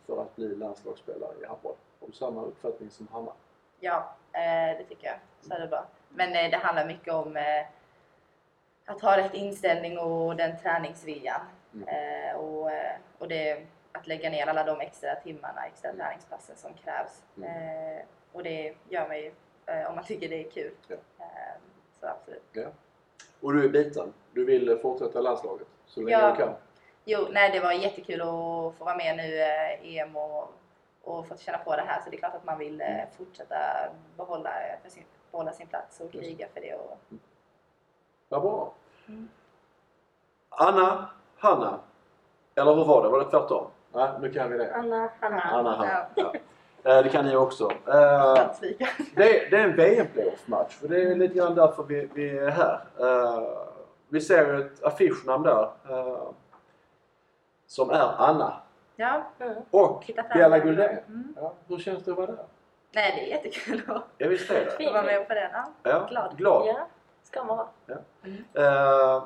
för att bli landslagsspelare i handboll? Om samma uppfattning som Hanna.
Ja, eh, det tycker jag. Så är det bra. Men eh, det handlar mycket om eh, att ha rätt inställning och den träningsviljan.
Mm.
Eh, och eh, och det, att lägga ner alla de extra timmarna, extra
Mm.
träningspassen som krävs.
Mm.
Eh, och det gör man ju eh, om man tycker det är kul.
Ja.
Eh, så absolut.
Och du är biten. Du vill eh, fortsätta i landslaget så länge
Ja.
du kan.
Jo, nej det var jättekul att få vara med nu eh, i EM och, och få känna på det här. Så det är klart att man vill
Mm.
eh, fortsätta behålla, eh, för sin, behålla sin plats och
Just.
kriga för det. Och,
Vad bra.
Mm.
Anna, Hanna. Eller hur var det? Var det tvärtom? Nej, nu kan vi det.
Anna, Hanna.
Anna, Hanna. Ja. Eh, det kan ni också. Eh,
Stadsvika.
det, det är en VM-playoff-match. För det är lite grann därför vi, vi är här. Eh, vi ser ju ett affischnamn där. eh, som är Anna.
Ja,
Mm.
Och
titta fram.
Bella Guldén.
Mm.
Ja, hur känns det att vara där?
Nej, det är jättekul att
Ja, visst är det.
Fint.
att vara med på den. Ja.
Ja,
Glad.
glad.
Ja, ska man vara.
Eh,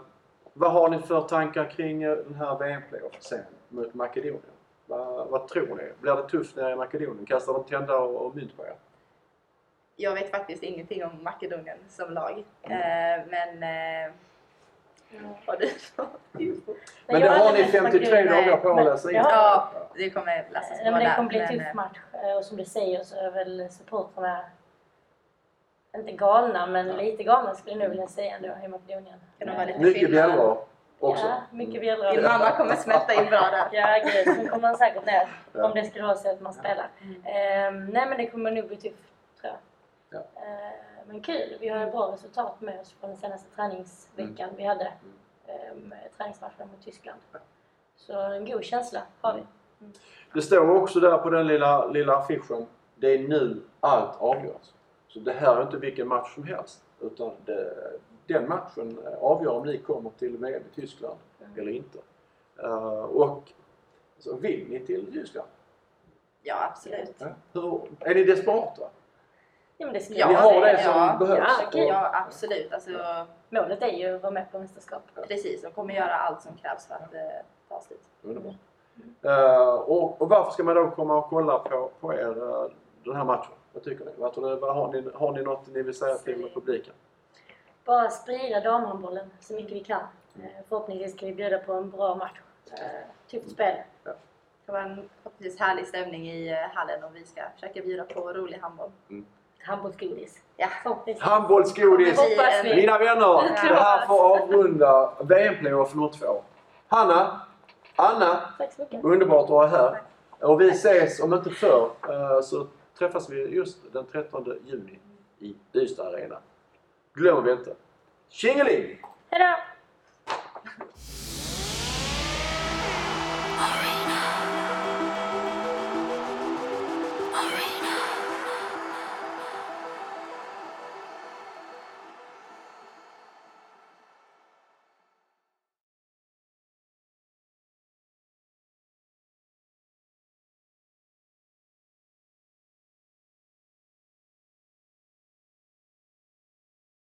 vad har ni för tankar kring eh, den här VM-playoffen sen mot Makedonien? Vad- vad tror ni? Blir det tufft nere i Makedonien? Kastar de tändare och, och mynt på er?
Jag vet faktiskt ingenting om Makedonien som lag. Eh, men eh,
Mm.
har du någon info?
Men det
jag
har
hade
ni
mest varit
53
kul med-
dagar på att
men-
läsa in.
Ja, det kommer Lasse
Nej, men det kommer bli en
men,
tuff
eh,
match Eh, och som du säger så är väl supportrarna inte galna men lite galna skulle jag nog vilja säga ändå i Makedonien.
Kan de vara lite
Mycket
skillnad?
bjällror också. Mm.
Ja, mycket
Din
bjällror.
mamma kommer smälta in bra där.
Ja, gud, sen kommer man säkert ner om det skulle vara så att man spelar.
Mm.
Ehm, nej men det kommer nog bli tufft tror jag.
Ja.
Ehm, men kul, vi har ju bra resultat med oss från den senaste träningsveckan vi hade. Um, träningsmatchen mot Tyskland. Så en god känsla har vi.
Det står också där på den lilla, lilla affischen. Det är nu allt avgörs. Så det här är inte vilken match som helst. Utan det, den matchen avgör om ni kommer till VM i Tyskland
Mm.
eller inte. Eh, och så vill ni till Tyskland?
Ja, absolut.
Ja. Hur, är ni desperata?
Ja, men det skulle
Ja,
ni
jag
har det,
säga.
som
ja.
behövs?
Ja,
Och-
Ja, absolut. Alltså,
Målet är ju att vara med på mästerskap.
precis, de kommer göra allt som krävs för att eh, ta oss dit.
Underbart. Eh, och, och varför ska man då komma och kolla på, på er eh, den här matchen? Vad tycker ni? Vad tror ni vad har, ni har ni något ni vill säga till publiken?
Bara sprida damhandbollen så mycket vi kan. Eh, Förhoppningsvis kan vi bjuda på en bra match. Eh, Tufft spel.
Det kan vara en förhoppningsvis härlig stämning i eh, hallen och vi ska försöka bjuda på rolig handboll.
Handbollsgodis.
Ja.
Förhoppningsvis.
Handbollsgodis!
Hoppas vi.
Mina vänner,
Det
det här får avrunda VM-playoff nummer två. Hanna, Anna,
Tack så mycket.
underbart att ha er här. Och vi ses, om inte förr, eh, så träffas vi just den 13 juni i Ystad Arena. Glömmer vi inte. Tjingeling!
Hejdå!
Arena.